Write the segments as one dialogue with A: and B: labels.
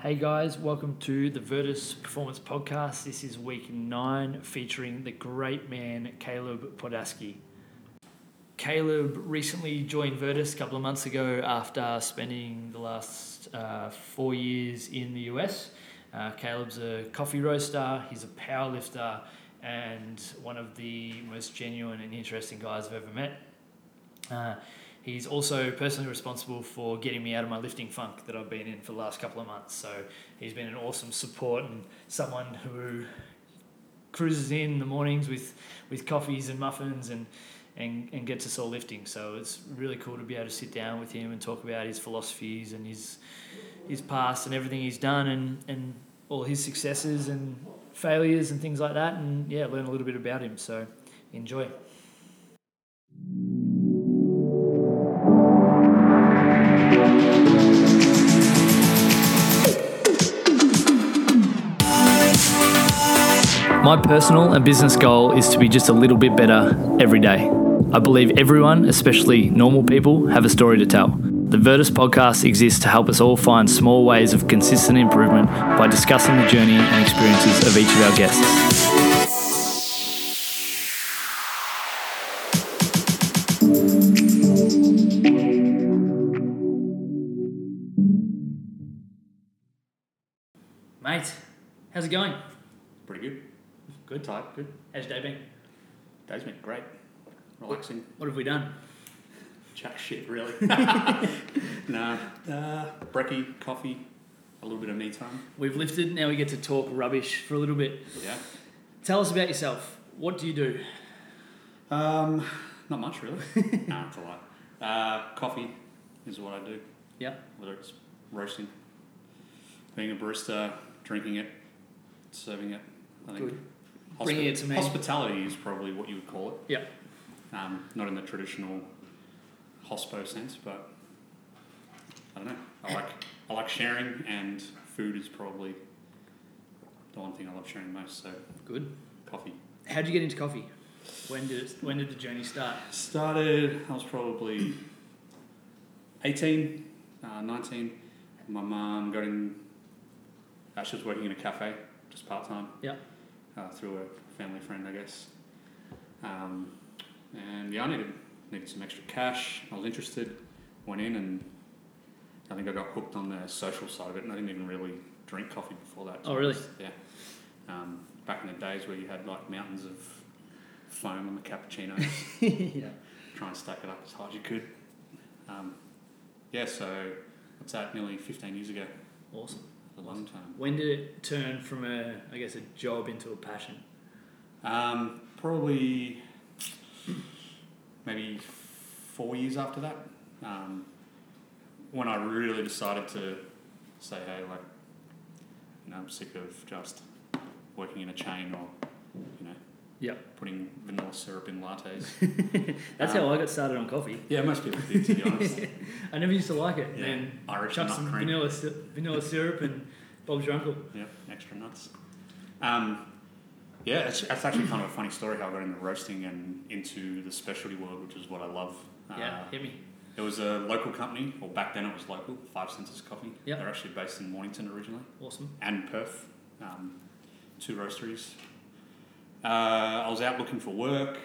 A: Hey guys, welcome to the Virtus Performance Podcast. This is week nine featuring the great man Caleb Podaski. Caleb recently joined Virtus a couple of months ago after spending the last uh, four years in the US. Uh, Caleb's a coffee roaster, he's a power lifter, and one of the most genuine and interesting guys I've ever met. Uh, he's also personally responsible for getting me out of my lifting funk that I've been in for the last couple of months. So he's been an awesome support and someone who cruises in the mornings with, with coffees and muffins and, and, and gets us all lifting. So it's really cool to be able to sit down with him and talk about his philosophies and his, his past and everything he's done and, and all his successes and failures and things like that. And yeah, learn a little bit about him. So enjoy. My personal and business goal is to be just a little bit better every day. I believe everyone, especially normal people, have a story to tell. The Virtus podcast exists to help us all find small ways of consistent improvement by discussing the journey and experiences of each of our guests. Mate, how's it going?
B: Pretty good.
A: Good.
B: Tight. Good.
A: How's your day been?
B: Day's been great. Relaxing.
A: What have we done?
B: Chat shit, really. nah. Uh, brekkie, coffee, a little bit of me time.
A: We've lifted, now we get to talk rubbish for a little bit.
B: Yeah.
A: Tell us about yourself. What do you do?
B: Um, not much, really. nah, it's a lot. Uh, coffee is what I do,
A: Yeah.
B: whether it's roasting, being a barista, drinking it, serving it. I think
A: Good. Bringing it to me.
B: Hospitality is probably what you would call it.
A: Yeah.
B: Um, not in the traditional hospo sense, but I don't know. I like I like sharing, and food is probably the one thing I love sharing most. So
A: Good.
B: coffee
A: How'd you get into coffee? When did it, when did the journey start?
B: started. I was probably 18, uh, 19. My mum got in. Uh, she was working in a cafe, just part time.
A: Yeah.
B: Uh, through a family friend, I guess. Um, and yeah, I needed needed some extra cash. I was interested. Went in and I think I got hooked on the social side of it, and I didn't even really drink coffee before that. to
A: Oh,
B: be
A: really?
B: honest. Yeah. Um, back in the days where you had like mountains of foam on the cappuccinos
A: yeah.
B: try and stack it up as high as you could. Um, yeah, so what's that? Nearly 15 years ago,
A: Awesome.
B: a long time.
A: When did it turn from a I guess a job into a passion?
B: Um, probably maybe four years after that, um, when I really decided to say, hey, like, you know, I'm sick of just working in a chain or, you know,
A: Yep.
B: putting vanilla syrup in lattes.
A: That's
B: Um,
A: how I got started on coffee.
B: yeah, most people do, to be honest.
A: I never used to like it.
B: Yeah,
A: And then
B: Irish
A: chuck
B: nut
A: some
B: cream.
A: vanilla sy- vanilla syrup and Bob's your uncle.
B: Yep, extra nuts. Um, yeah, it's, that's actually kind of a funny story how I got into roasting and into the specialty world, which is what I love.
A: yeah,
B: Uh,
A: hit me.
B: It was a local company, or back then it was local, Five Senses Coffee.
A: Yep.
B: They're actually based in Mornington originally
A: Awesome.
B: and Perth, um, two roasteries. Uh, I was out looking for work.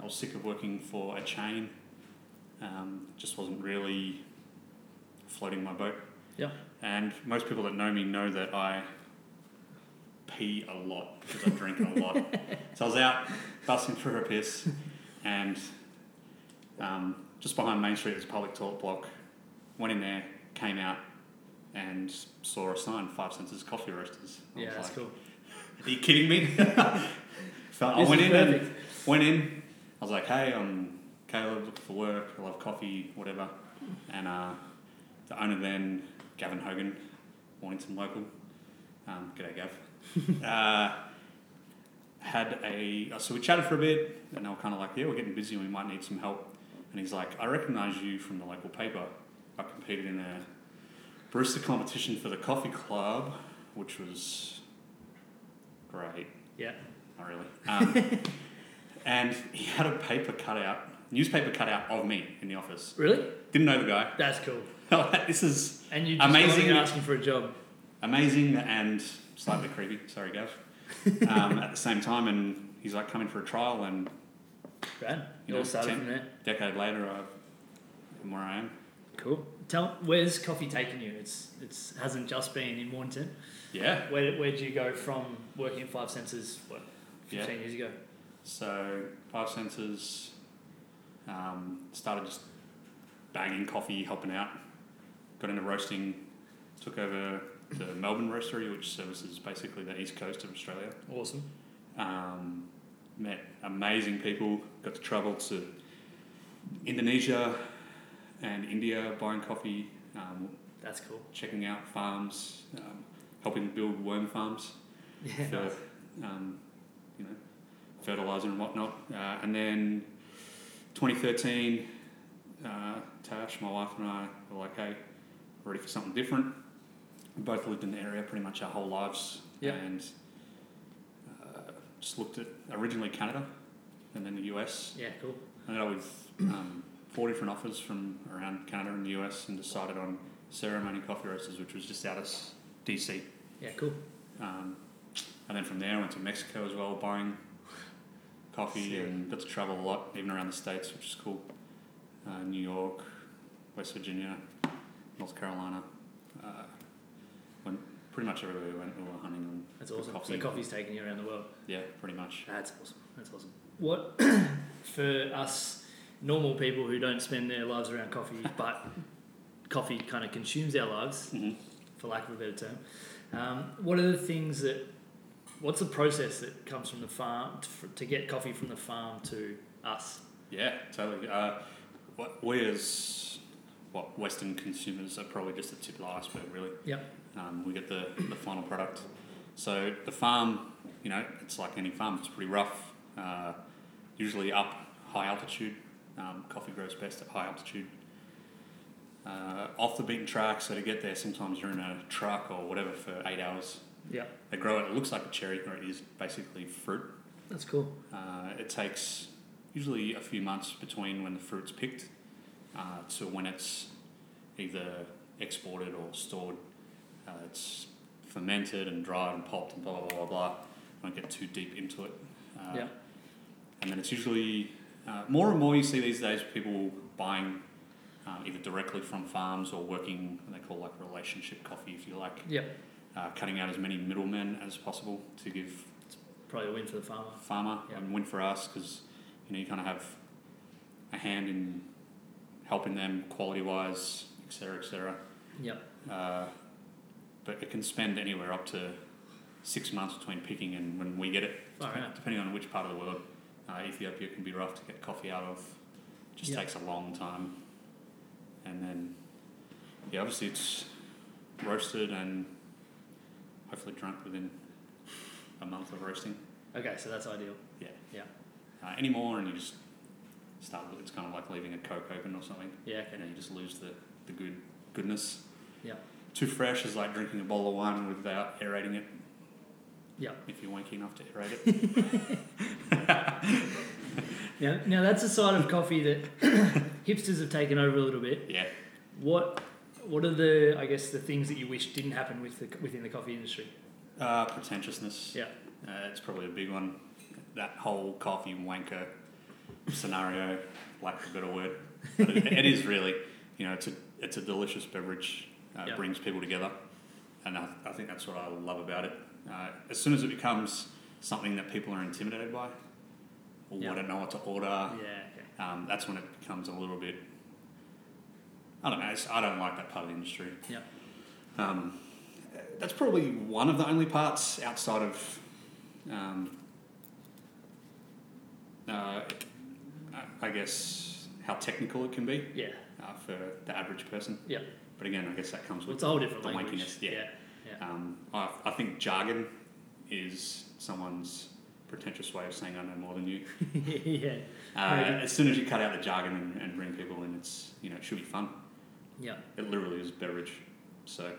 B: I was sick of working for a chain. Um, just wasn't really floating my boat.
A: Yeah.
B: And most people that know me know that I pee a lot because I drink a lot. So I was out busting for a piss, and um, just behind Main Street, there's a public toilet block. Went in there, came out, and saw a sign: Five Cents is Coffee Roasters. I
A: Yeah,
B: was
A: that's
B: like,
A: cool.
B: Are you kidding me? so I
A: This
B: went
A: is
B: in and
A: perfect.
B: went in. I was like, hey, I'm Caleb, looking for work. I love coffee, whatever. And uh, the owner then, Gavin Hogan, Mornington local. Um, g'day, Gav. uh, had a so we chatted for a bit, and they were kind of like, yeah, we're getting busy, and we might need some help. And he's like, I recognise you from the local paper. I competed in a barista competition for the coffee club, which was great.
A: Yeah.
B: Not really. Um, and he had a paper cutout, newspaper cutout of me in the office.
A: Really?
B: Didn't know the guy.
A: That's cool.
B: this is
A: And you just
B: Amazing.
A: Amazing. asking for a job.
B: amazing and slightly creepy. Sorry, Gav. Um, at the same time, and he's like coming for a trial, and
A: Brad,
B: You
A: it all
B: know,
A: started
B: ten-
A: from there.
B: a decade later, I, am where I am.
A: Cool. Tell where's coffee taken you? It's it's hasn't just been in Warrington.
B: Yeah.
A: Where where'd you go from working at Five Senses? What
B: Yeah.
A: fifteen years ago?
B: So Five Senses um, started just banging coffee, helping out. Got into roasting, took over the Melbourne Roastery, which services basically the east coast of Australia.
A: Awesome.
B: Um, met amazing people. Got to travel to Indonesia and India, buying coffee, um,
A: That's cool.
B: checking out farms, um, helping build worm farms
A: Yeah.
B: for
A: nice.
B: um, you know fertilizer and whatnot. Uh, and then 2013, uh, Tash, my wife and I were like, hey, we're ready for something different. We both lived in the area pretty much our whole lives,
A: Yeah.
B: and uh, just looked at originally Canada and then the US.
A: Yeah. Cool.
B: I ended up with um, four different offers from around Canada and the US, and decided on Ceremony Coffee Roasters, which was just out of s- DC.
A: Yeah. Cool.
B: Um, and then from there, I went to Mexico as well, buying coffee
A: Sick.
B: and got to travel a lot, even around the States, which is cool. Uh, New York, West Virginia, North Carolina. Uh, went pretty much everywhere we went, we were hunting. And,
A: That's
B: The
A: awesome.
B: coffee.
A: So coffee's taken you around the world.
B: yeah, pretty much.
A: That's awesome. That's awesome. What for us normal people who don't spend their lives around coffee, but coffee kind of consumes our lives,
B: Mhm.
A: for lack of a better term. Um, what are the things that? What's the process that comes from the farm to, to get coffee from the farm to us?
B: Yeah, totally. Uh, what we as what Western consumers are probably just the tip of the iceberg, really.
A: Yep.
B: Um, we get the, the final product. So the farm, you know, it's like any farm. It's pretty rough. Uh, usually up high altitude. Um, coffee grows best at high altitude. Uh, off the beaten track, so to get there, sometimes you're in a truck or whatever for eight hours.
A: Yeah,
B: They grow it. It looks like a cherry, or it is basically fruit.
A: that's cool.
B: Uh, it takes usually a few months between when the fruit's picked uh, to when it's either exported or stored. Uh, it's fermented and dried and pulped and blah blah blah blah. blah. I won't get too deep into it. Uh,
A: Yeah.
B: And then it's usually uh, more and more you see these days people buying um, either directly from farms or working what they call like relationship coffee, if you like,
A: Yeah,
B: uh, cutting out as many middlemen as possible to give
A: probably a win for the farmer.
B: farmer
A: Yeah.
B: and win for us because you know you kind of have a hand in helping them quality wise, etc., etc.
A: Yeah,
B: Uh, but it can spend anywhere up to six months between picking and when we get it,
A: Far
B: dep-
A: out.
B: depending on which part of the world. Uh, Ethiopia can be rough to get coffee out of; just
A: Yeah.
B: takes a long time. And then, yeah, obviously it's roasted and hopefully drunk within a month of roasting
A: Okay, so that's ideal.
B: uh, anymore, and you just start. It's kind of like leaving a coke open or something.
A: Yeah,
B: You know, you just lose the, the good goodness.
A: Yeah.
B: Too fresh is like drinking a bottle of wine without aerating it.
A: Yeah.
B: If you're wanky enough to aerate it.
A: Now, now that's a side of coffee that hipsters have taken over a little bit.
B: yeah.
A: What What are the I guess the things that you wish didn't happen with the, within the coffee industry?
B: Uh, pretentiousness.
A: Yeah.
B: Uh, it's probably a big one. That whole coffee wanker scenario, lack of a better word. But it, it is really, you know, it's a, it's a delicious beverage. Uh,
A: Yeah.
B: brings people together. And I, I think that's what I love about it. Uh, as soon as it becomes something that people are intimidated by, or
A: Yeah.
B: I don't know what to order,
A: Yeah. Okay.
B: um, that's when it becomes a little bit. I don't know. It's, I don't like that part of the industry.
A: Yeah.
B: Um, that's probably one of the only parts outside of. Um, uh, I- I guess how technical it can be
A: Yeah.
B: uh, for the average person.
A: Yeah.
B: But again, I guess that comes
A: Well,
B: with.
A: it's a whole different
B: the
A: language.
B: wankiness, yeah.
A: Yeah.
B: Um, I, I think jargon is someone's pretentious way of saying I know more than you.
A: Yeah. yeah.
B: Uh,
A: Right.
B: as soon as you cut out the jargon and, and bring people in, it's you know it should be fun.
A: Yeah.
B: It literally is beverage, so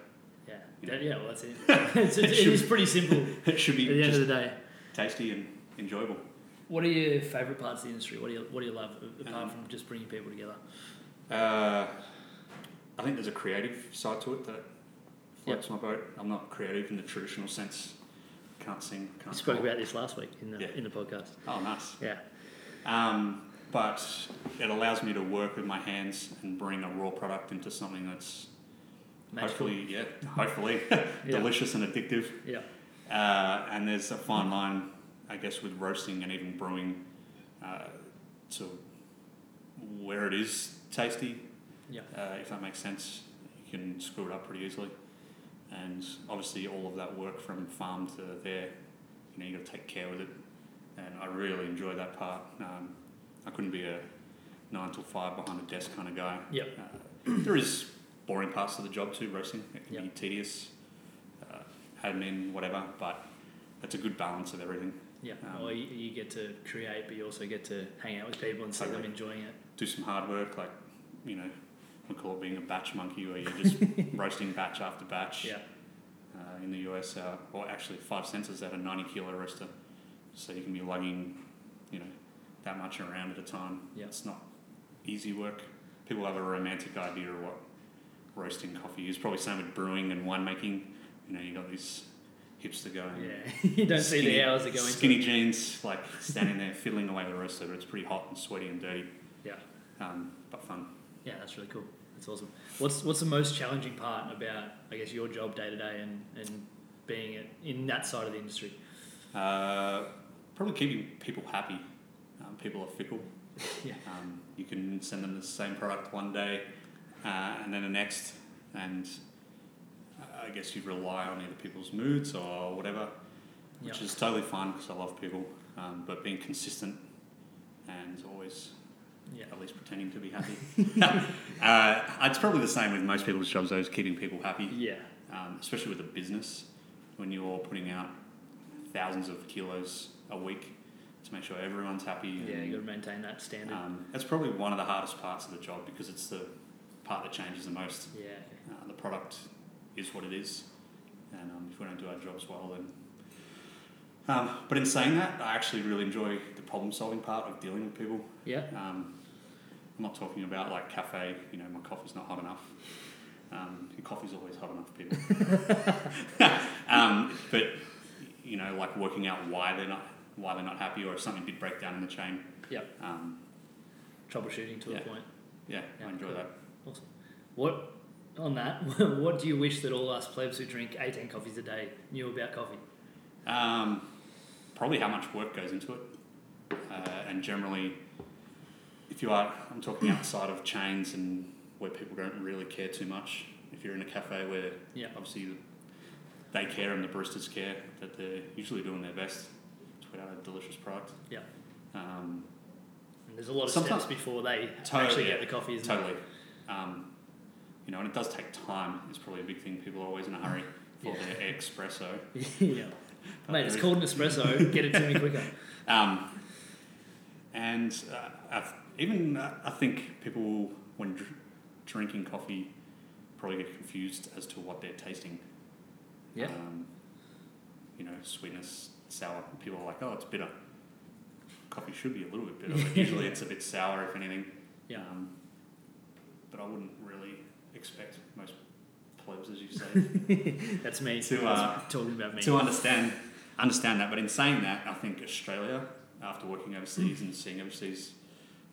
A: Yeah.
B: You
A: That-
B: know.
A: yeah. Well, that's it. it's, it's, it is pretty simple at
B: it should be
A: the end
B: just
A: of the day.
B: tasty and enjoyable.
A: What are your favourite parts of the industry? What do you What do you love a- apart
B: Um,
A: from just bringing people together?
B: Uh, I think there's a creative side to it that floats my boat. I'm not creative in the traditional sense. Can't sing. Can't
A: We spoke
B: draw.
A: about this last week in the
B: Yeah.
A: in the podcast.
B: Oh, nice.
A: Yeah,
B: Um, but it allows me to work with my hands and bring a raw product into something that's
A: magical.
B: hopefully, yeah, hopefully
A: Yeah.
B: delicious and addictive.
A: Yeah,
B: Uh, and there's a fine line, I guess, with roasting and even brewing uh, to where it is tasty,
A: yeah,
B: uh, if that makes sense. You can screw it up pretty easily. And obviously, all of that work from farm to there, you know, you got to take care with it. And I really enjoy that part. Um, I couldn't be a nine till five behind a desk kind of guy.
A: yeah.
B: Uh, there is boring parts of the job too, roasting. It can be
A: Yep.
B: tedious, uh, admin, whatever, but it's a good balance of everything.
A: Yeah,
B: Um,
A: or you, you get to create, but you also get to hang out with people and see them
B: Totally.
A: enjoying it.
B: Do some hard work, like, you know, we call it being a batch monkey where you're just roasting batch after batch.
A: Yeah,
B: Uh, in the US, uh, well, actually, Five Cents is at a 90 kilo roaster, so you can be lugging, you know, that much around at a time.
A: Yep.
B: It's not easy work. People have a romantic idea of what roasting coffee is. Probably same with brewing and winemaking. You know, you got these hipster guy. in
A: yeah. you don't see the
B: Um, skinny-
A: hours that go into
B: Skinny
A: it.
B: jeans, like standing there fiddling away with a roaster, but it's pretty hot and sweaty and dirty.
A: Yeah.
B: Um, but fun.
A: Yeah, that's really cool. That's awesome. What's what's the most challenging part about I guess your job day to day and and being at, in that side of the industry?
B: Uh, probably keeping people happy. Um, people are fickle.
A: Yeah.
B: Um, you can send them the same product one day uh, and then the next, and uh, I guess you rely on either people's moods or whatever, which
A: Yeah.
B: is totally fine because I love people. Um, but being consistent and always
A: Yeah.
B: at least pretending to be happy. uh, it's probably the same with most people's jobs, though, is keeping people happy
A: Yeah.
B: um, especially with a business, when you're putting out thousands of kilos a week to make sure everyone's happy.
A: Yeah, you got to maintain that standard.
B: um, that's probably one of the hardest parts of the job because it's the part that changes the most.
A: yeah.
B: Uh, the product is what it is, and um, if we don't do our jobs well, then. Um, but in saying that, I actually really enjoy the problem solving part of dealing with people.
A: Yeah.
B: Um, I'm not talking about like cafe, you know, my coffee's not hot enough. Um, your coffee's always hot enough, people. um, but you know, like working out why they're not why they're not happy, or if something did break down in the chain.
A: Yep.
B: Um,
A: Troubleshooting to
B: Yeah.
A: a point.
B: yeah,
A: Yeah,
B: I enjoy
A: cool.
B: that.
A: Awesome. What on that? what do you wish that all us plebs who drink eighteen coffees a day knew about coffee?
B: Um, probably how much work goes into it, uh, and generally, if you are, I'm talking outside of chains and where people don't really care too much. If you're in a cafe where
A: Yeah.
B: obviously they care and the baristas care that they're usually doing their best to put out a delicious product.
A: Yeah.
B: Um,
A: And there's a lot of
B: Sometimes-
A: steps before they
B: Totally,
A: actually
B: yeah.
A: get the coffee, isn't
B: totally. Um, you know, and it does take time. It's probably a big thing. People are always in a hurry for
A: Yeah.
B: their espresso.
A: it? yeah.
B: But
A: Mate, it's
B: there is-
A: called an espresso. Get it to me quicker.
B: Um, and uh, I th- even uh, I think people, when dr- drinking coffee, probably get confused as to what they're tasting.
A: Yeah.
B: Um, you know, sweetness, sour. People are like, oh, it's bitter. Coffee should be a little bit bitter, but usually it's a bit sour, if anything.
A: Yeah.
B: Um, but I wouldn't really expect most plebs, as you say,
A: That's me.
B: To, uh,
A: That's talking about me.
B: to understand understand that. But in saying that, I think Australia, after working overseas and seeing overseas,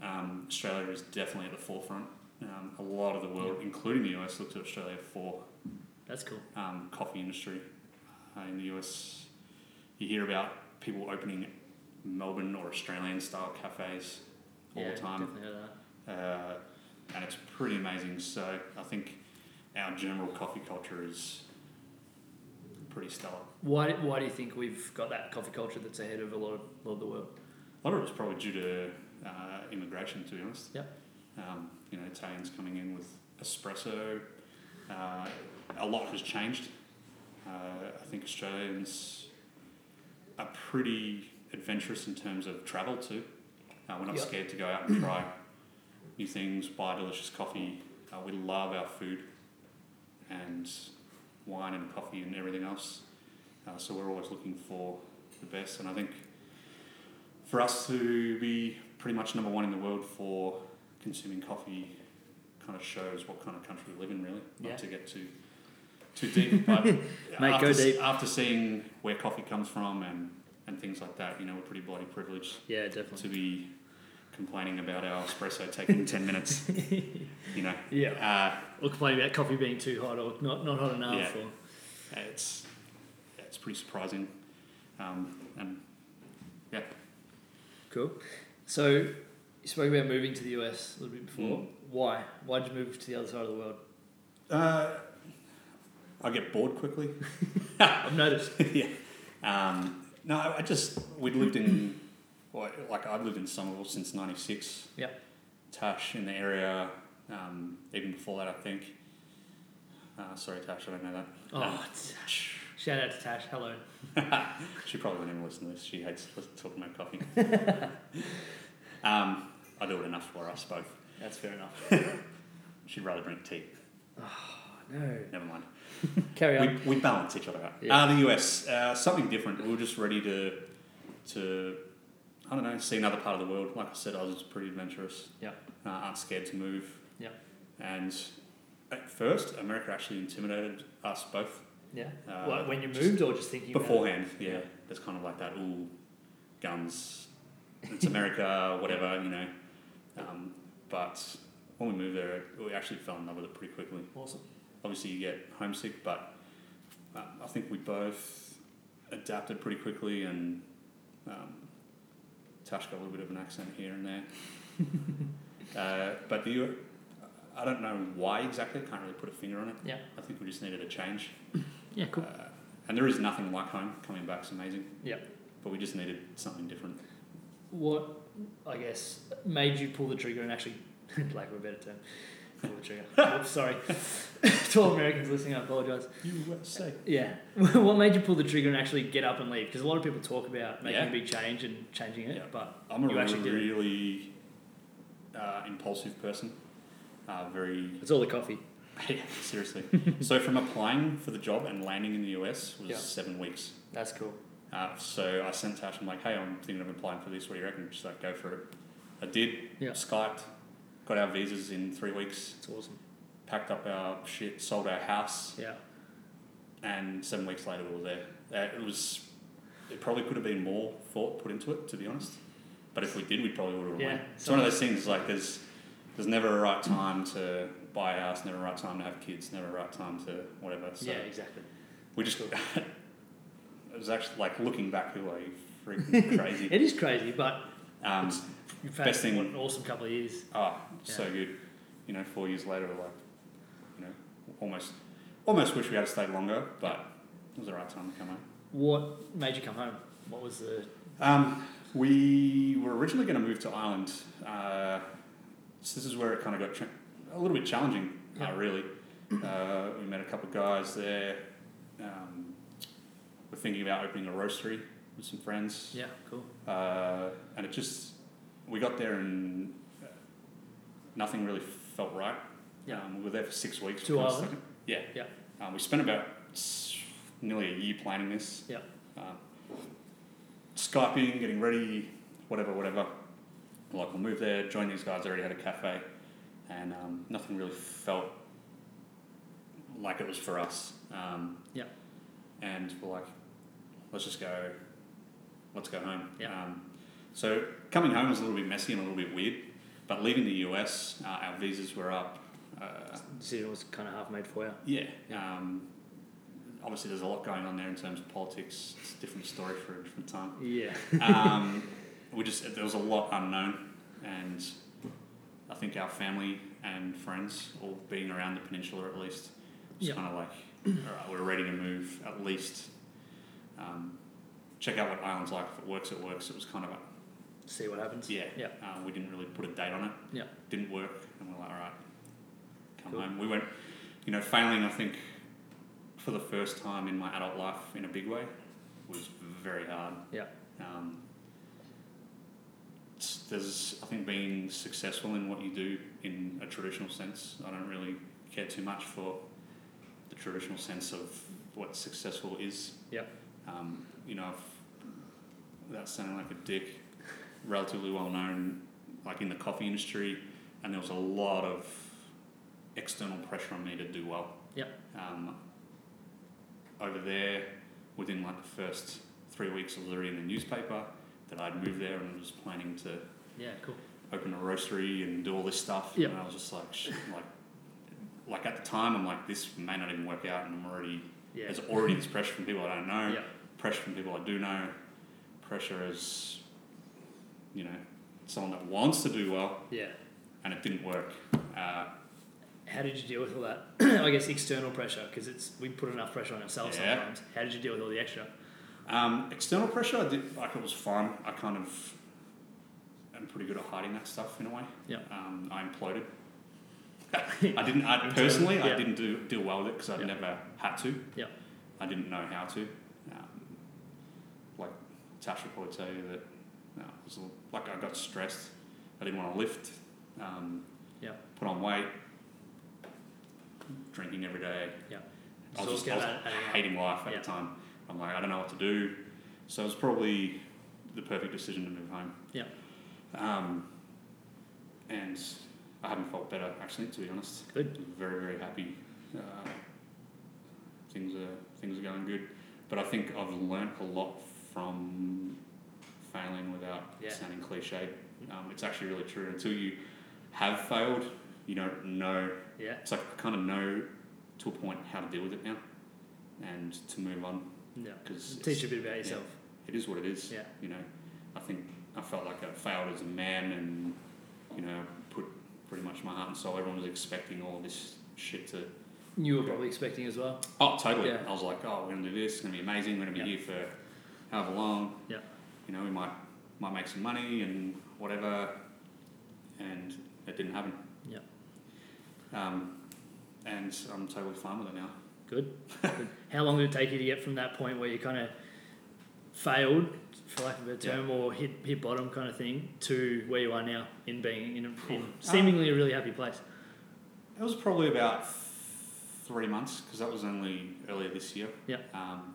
B: um, Australia is definitely at the forefront. Um, a lot of the world, including the US, looks to Australia for
A: That's cool.
B: um, coffee industry. Uh, in the US, you hear about people opening Melbourne or Australian style cafes all
A: yeah,
B: the time
A: Definitely heard of that.
B: uh, and it's pretty amazing. So I think our general coffee culture is pretty stellar.
A: Why, why do you think we've got that coffee culture that's ahead of a lot of, lot of the world?
B: A lot of it was probably due to uh, immigration, to be honest.
A: Yep.
B: Um, you know, Italians coming in with espresso. Uh, a lot has changed. Uh, I think Australians are pretty adventurous in terms of travel too. Uh, we're not
A: Yep.
B: scared to go out and try new things, buy delicious coffee. Uh, we love our food and wine and coffee and everything else. Uh, so we're always looking for the best. And I think for us to be pretty much number one in the world for consuming coffee kind of shows what kind of country we live in, really. Like
A: Yeah.
B: to get to too deep, but
C: Mate,
B: after,
C: go
B: s-
C: deep.
B: after seeing where coffee comes from and, and things like that, you know, we're pretty bloody privileged
C: Yeah,
B: to
C: definitely.
B: be complaining about our espresso taking 10 minutes, you know.
A: Yeah.
B: Uh,
A: Or complaining about coffee being too hot or not, not hot enough.
B: Yeah.
A: Or,
B: it's, it's pretty surprising. Um, and yeah,
A: cool. So you spoke about moving to the US a little bit before.
B: Mm.
A: Why? Why did you move to the other side of the world?
B: uh, I get bored quickly.
A: I've noticed.
B: yeah. Um, no, I I just we'd lived in well, like I've lived in Somerville since '96.
A: Yep.
B: Tash in the area, um, even before that, I think. Uh, sorry, Tash, I don't know that. Um,
A: Oh, Tash. Shout out to Tash. Hello.
B: she probably won't even listen to this. She hates lis- talking about coffee. um, I do it enough for us both.
A: That's fair enough.
B: She'd rather drink tea.
A: No.
B: Never mind.
A: Carry on.
B: We, we balance each other out.
A: Yeah.
B: Uh, the US, uh, something different. We were just ready to, to, I don't know, see another part of the world. Like I said, I was pretty adventurous.
A: Yeah.
B: Uh, aren't scared to move.
A: Yeah.
B: And at first, America actually intimidated us both.
A: Yeah.
B: Uh,
A: What, when you
B: just
A: moved or just thinking about it?
B: beforehand, yeah.
A: Yeah.
B: It's kind of like that. Ooh, guns. It's America, whatever you know. Um, but when we moved there, we actually fell in love with it pretty quickly
A: Awesome.
B: obviously you get homesick, but um, I think we both adapted pretty quickly and um, Tash got a little bit of an accent here and there. uh, but the, U- I don't know why exactly, can't really put a finger on it.
A: Yeah.
B: I think we just needed a change.
A: Yeah, cool.
B: Uh, and there is nothing like home, coming back's amazing.
A: Yeah.
B: But we just needed something different.
A: What, I guess, made you pull the trigger and actually, lack of a better term, pull the trigger? Oops, sorry. to all Americans listening, I apologise.
B: USA.
A: Yeah. what made you pull the trigger and actually get up and leave? Because a lot of people talk about making
B: Yeah.
A: a big change and changing it,
B: Yeah.
A: but
B: I'm a
A: You actually did it.
B: really uh, impulsive person. Uh, very
A: it's all the coffee.
B: Yeah, seriously. so from applying for the job and landing in the US was
A: Yeah.
B: seven weeks.
A: That's cool.
B: Uh, so I sent Tash, I'm like, hey, I'm thinking of applying for this. What do you reckon? She's like, go for it. I did.
A: Yeah.
B: Skyped, got our visas in three weeks,
A: It's awesome.
B: packed up our shit, sold our house,
A: Yeah.
B: and seven weeks later we were there. Uh, it was, it probably could have been more thought put into it, to be honest. But if we did, we probably would have
A: Yeah,
B: won. It's
A: so-
B: one of those things like there's, there's never a right time to buy a house, never a right time to have kids, never a right time to whatever. So
A: yeah, exactly.
B: we just. it was actually like looking back, we were like freaking crazy.
A: It is crazy, but
B: Um,
A: you've had
B: Best thing-
A: what, an awesome couple of years.
B: oh, so good. You know, four years later, we're like, you know, almost, almost wish we had stayed longer, but it was the right time to come home.
A: What made you come home? What was the.
B: Um, we were originally going to move to Ireland. Uh, so this is where it kind of got tra- a little bit challenging,
A: Yeah.
B: uh, really. Uh, we met a couple of guys there. Um, we're thinking about opening a roastery with some friends.
A: Yeah, cool.
B: uh, and it just we got there and uh, nothing really felt right.
A: Yeah.
B: Um, we were there for six weeks.
A: To
B: We kinda
A: Ireland?
B: stuck it- Yeah.
A: Yeah.
B: Um, we spent about s- nearly a year planning this.
A: Yeah.
B: Uh, Skyping, getting ready, whatever, whatever. Like we'll move there, join these guys. Already had a cafe, and um, nothing really felt like it was for us. Um,
A: Yeah.
B: And we're like, let's just go, let's go home.
A: Yeah.
B: Um, so coming home was a little bit messy and a little bit weird, but leaving the US, uh, our visas were up. Uh,
A: decision was kind of half made for you.
B: yeah. Um, obviously, there's a lot going on there in terms of politics. It's a different story for a different time.
A: Yeah.
B: Um, we just there was a lot unknown, and I think our family and friends, all being around the peninsula at least, was
A: Yeah.
B: kind of like, all right, we're ready to move. At least um, check out what Ireland's like. If it works, it works. It was kind of a,
A: See what happens.
B: yeah.
A: Yeah.
B: Uh, we didn't really put a date on it.
A: Yeah.
B: Didn't work, and we're like, all right, come
A: Cool.
B: home. We went, you know, failing. I think for the first time in my adult life in a big way was very hard.
A: Yeah.
B: Um, it's- there's, I think, being successful in what you do in a traditional sense. I don't really care too much for the traditional sense of what successful is.
A: Yeah.
B: Um, you know, I've, without sounding like a dick, relatively well known, like in the coffee industry, and there was a lot of external pressure on me to do well.
A: Yeah.
B: Um, over there within like the first three weeks I was already in the newspaper that I'd moved there and was planning to
A: Yeah, cool.
B: open a roastery and do all this stuff.
A: Yeah.
B: And I was just like, shit, like, like at the time, I'm like, this may not even work out, and I'm already
A: Yeah.
B: there's already this pressure from people I don't know,
A: yeah.
B: pressure from people I do know, pressure as you know someone that wants to do well,
A: Yeah.
B: and it didn't work. Uh,
A: How did you deal with all that? I guess external pressure because it's we put enough pressure on ourselves
B: Yeah.
A: sometimes. How did you deal with all the extra?
B: Um, external pressure, I did like it was fine. I kind of am pretty good at hiding that stuff in a way.
A: Yeah.
B: Um, I imploded. I didn't. I personally,
A: Yeah.
B: I didn't do deal well with it because I'd
A: Yeah.
B: never had to.
A: Yeah.
B: I didn't know how to. Um, like Tasha would probably tell you that. No, it was a- like I got stressed. I didn't want to lift. Um,
A: Yeah.
B: Put on weight. Drinking every day.
A: Yeah.
B: I was
A: Just
B: just I
A: all
B: was
A: about adding up.
B: hating life at
A: Yeah.
B: the time. I'm like, I don't know what to do. So it was probably the perfect decision to move home.
A: Yeah.
B: Um, and I haven't felt better actually, to be honest.
A: Good.
B: Very very happy. Uh, things are things are going good, but I think I've learnt a lot from failing without
A: Yeah.
B: sounding cliche. Um, it's actually really true. Until you have failed, you don't know
A: Yeah.
B: it's like I kind of know to a point how to deal with it now and to move on
A: No.
B: because
A: Teach you a bit about yourself.
B: it is what it is.
A: Yeah.
B: You know, I think I felt like I failed as a man and, you know, put pretty much my heart and soul. Everyone was expecting all this shit to.
A: You were probably expecting as well.
B: Oh, totally.
A: Yeah.
B: I was like, oh, we're going to do this. It's going to be amazing. We're going to be
A: Yeah.
B: here for however long.
A: Yeah.
B: You know, we might, might make some money and whatever. And it didn't happen.
A: Yeah.
B: Um, and I'm totally fine with it now.
A: Good. Good. How long did it take you to get from that point where you kind of failed, for lack of a term, or hit hit bottom kind of thing, to where you are now in being in, a, in seemingly a really happy place?
B: It was probably about three months because that was only earlier this year.
A: Yeah.
B: Um,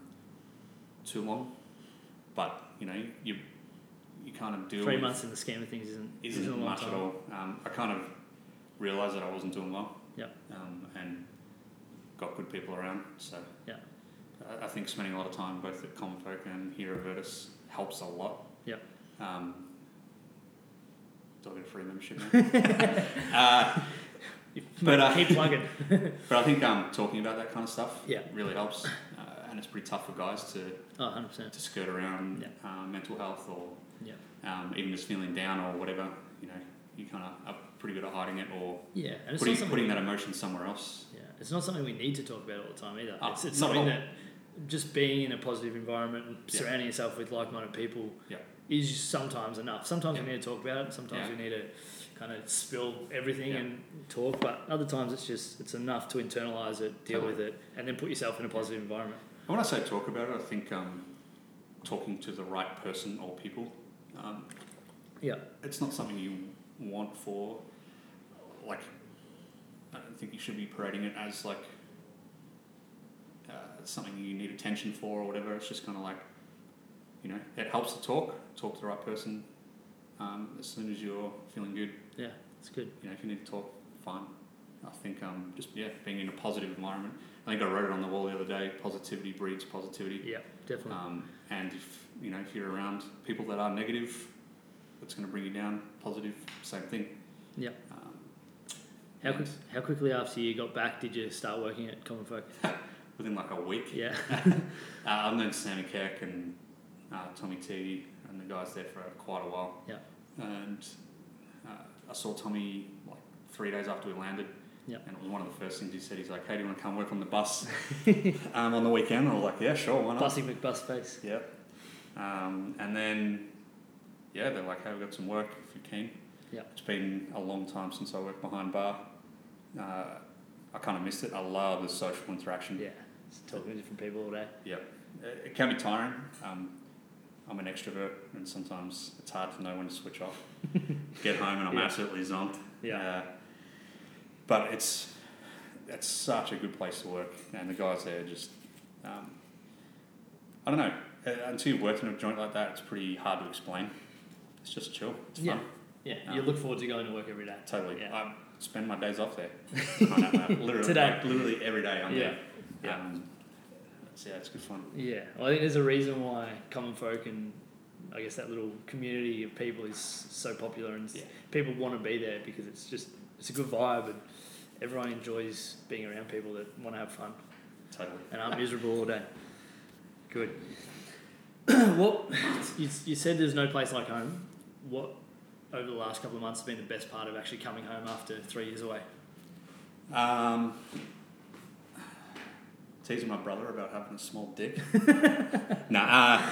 B: too long, but you know you you kind of deal
A: Three
B: with
A: months in the scheme of things isn't
B: isn't,
A: a long
B: much
A: time.
B: at all. Um, I kind of realised that I wasn't doing well.
A: Yeah.
B: Um, and got good people around, so
A: Yeah.
B: I, I think spending a lot of time both at Common Folk and here at Virtus helps a lot.
A: Yeah.
B: Um, do I get a free membership now? uh, but uh,
A: Keep plugging.
B: but I think um, talking about that kind of stuff
A: Yeah.
B: really helps, uh, and it's pretty tough for guys to,
A: Oh, 100 percent.
B: to skirt around
A: Yeah.
B: um, mental health or
A: Yeah.
B: um, even just feeling down or whatever. You know, you kind of are pretty good at hiding it or
A: Yeah, and it's
B: putting,
A: not something.
B: putting that emotion somewhere else.
A: yeah, it's not something we need to talk about all the time either.
B: Oh,
A: it's it's
B: not at
A: something
B: all.
A: that just being in a positive environment and
B: Yeah.
A: surrounding yourself with like-minded people
B: Yeah.
A: is sometimes enough. Sometimes we
B: Yeah.
A: need to talk about it. Sometimes
B: Yeah.
A: we need to kind of spill everything
B: Yeah.
A: and talk. But other times it's just it's enough to internalize it, deal
B: Totally.
A: with it, and then put yourself in a positive environment.
B: And when I say talk about it, I think um, talking to the right person or people. Um,
A: Yeah.
B: it's not something you want for like I don't think you should be parading it as like uh, something you need attention for or whatever. It's just kind of like you know it helps to talk, talk to the right person um, as soon as you're feeling good.
A: Yeah, it's good.
B: You know if you need to talk, fine. I think um, just yeah being in a positive environment. I think I wrote it on the wall the other day. Positivity breeds positivity.
A: Yeah, definitely.
B: Um, and if you know if you're around people that are negative, that's going to bring you down. Positive, same thing.
A: Yeah.
B: Um,
A: how quick,
B: yes.
A: how quickly after you got back did you start working at Common Folk?
B: within like a week,
A: Yeah,
B: uh, I've known Sammy Kirk and uh, Tommy T and the guys there for quite a while.
A: Yeah.
B: And uh, I saw Tommy like three days after we landed.
A: Yeah.
B: And it was one of the first things he said. He's like, "Hey, do you want to come work on the bus um, on the weekend?" I was like, "Yeah, sure, why not?"
A: Bussy McBus face.
B: Yep. Um, and then, yeah, they're like, hey, we've got some work if you're keen.
A: Yep.
B: It's been a long time since I worked behind bar. Uh, I kind of missed it. I love the social interaction.
A: Yeah, just talking to different people all day.
B: It, it can be tiring. Um, I'm an extrovert, and sometimes it's hard to know when to switch off. Get home, and I'm
A: Yeah.
B: absolutely zonked.
A: Yeah,
B: Uh, but it's it's such a good place to work, and the guys there just um, I don't know. uh, Until you've worked in a joint like that, it's pretty hard to explain. It's just chill. It's
A: yeah,
B: fun.
A: yeah. You
B: Um,
A: look forward to going to work every day.
B: Totally.
A: Yeah.
B: I spend my days off there. I don't know, uh, literally,
A: Today.
B: like, literally every day I'm
A: Yeah.
B: there.
A: Yeah.
B: Um, So yeah, it's good fun.
A: Yeah, well, I think there's a reason why Common Folk and I guess that little community of people is so popular and s-
B: Yeah.
A: people want to be there because it's just it's a good vibe and everyone enjoys being around people that want to have fun
B: Totally.
A: and aren't miserable all day. Good. what you, you said there's no place like home. What over the last couple of months has been the best part of actually coming home after three years away?
B: Um, teasing my brother about having a small dick. nah, uh,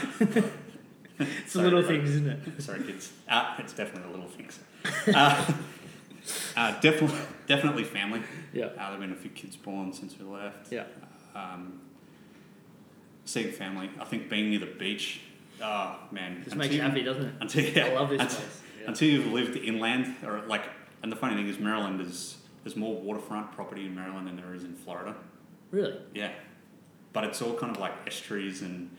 A: It's
B: Sorry,
A: the little
B: bro.
A: things, isn't it?
B: Sorry, kids. Uh, it's definitely the little things. Uh, uh, definitely, definitely family.
A: Yeah.
B: Uh, there've been a few kids born since we left.
A: Yeah.
B: Um, seeing family. I think being near the beach. Oh man.
A: Just makes you happy, doesn't it?
B: Until
A: I love this
B: until,
A: place. Yeah.
B: until you've lived inland, or like, and the funny thing is, Maryland is there's more waterfront property in Maryland than there is in Florida.
A: Really,
B: Yeah. But it's all kind of like estuaries and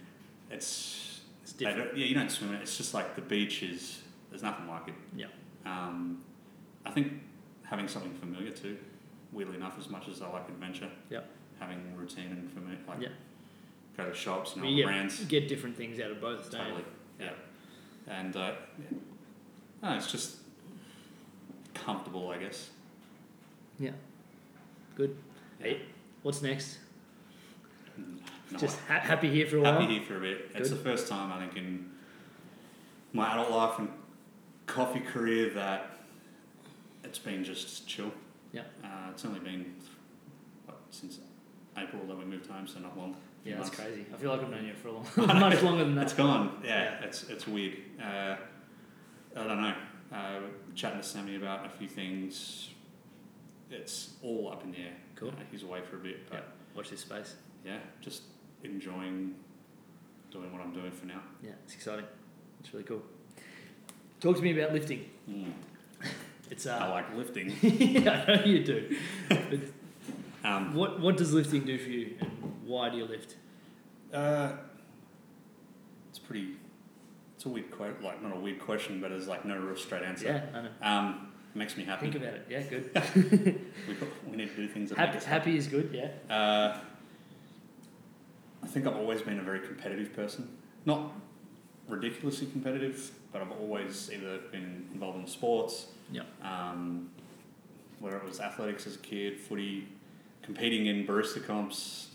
B: it's
A: it's
B: they
A: different.
B: don't- yeah, you don't swim in it. It's just like the beach is. There's nothing like it.
A: Yeah.
B: Um, I think having something familiar too. Weirdly enough, as much as I like adventure.
A: Yeah.
B: Having routine and familiar, like
A: Yeah.
B: go to shops and
A: Well,
B: all
A: you
B: the
A: get-
B: brands.
A: Get different things out of both, don't you?
B: Totally. Yeah. And uh, no, it's just comfortable, I guess.
A: What's next?
B: No,
A: Just ha- happy here for a while.
B: happy here for a bit. It's the
A: Good.
B: first time I think in my adult life and coffee career that it's been just chill.
A: Yeah.
B: Uh, it's only been what, since April that we moved home, so not long.
A: Yeah, that's
B: Nice.
A: crazy. I feel like I've known you for a long, much longer than
B: It's
A: that.
B: gone. Yeah,
A: Yeah.
B: it's it's weird. Uh, I don't know. Uh, chatting to Sammy about a few things. It's all up in the air.
A: Cool.
B: Uh, he's away for a bit, but
A: Watch this space.
B: yeah, just enjoying doing what I'm doing for now.
A: Yeah, it's exciting. It's really cool. Talk to me about lifting.
B: Mm.
A: It's
B: I
A: uh,
B: like lifting.
A: yeah, I know you do. But
B: Um,
A: what what does lifting do for you, and why do you lift?
B: uh, it's pretty. It's a weird quote, like not a weird question, but it's like no real straight answer.
A: Yeah, I know.
B: Um, it makes me happy.
A: Think about it. Yeah, good.
B: We, we need to do things. That make
A: happy,
B: us
A: happy is good. Yeah.
B: Uh, I think I've always been a very competitive person. Not ridiculously competitive, but I've always either been involved in sports,
A: Yeah.
B: um, whether it was athletics as a kid, footy, competing in barista comps,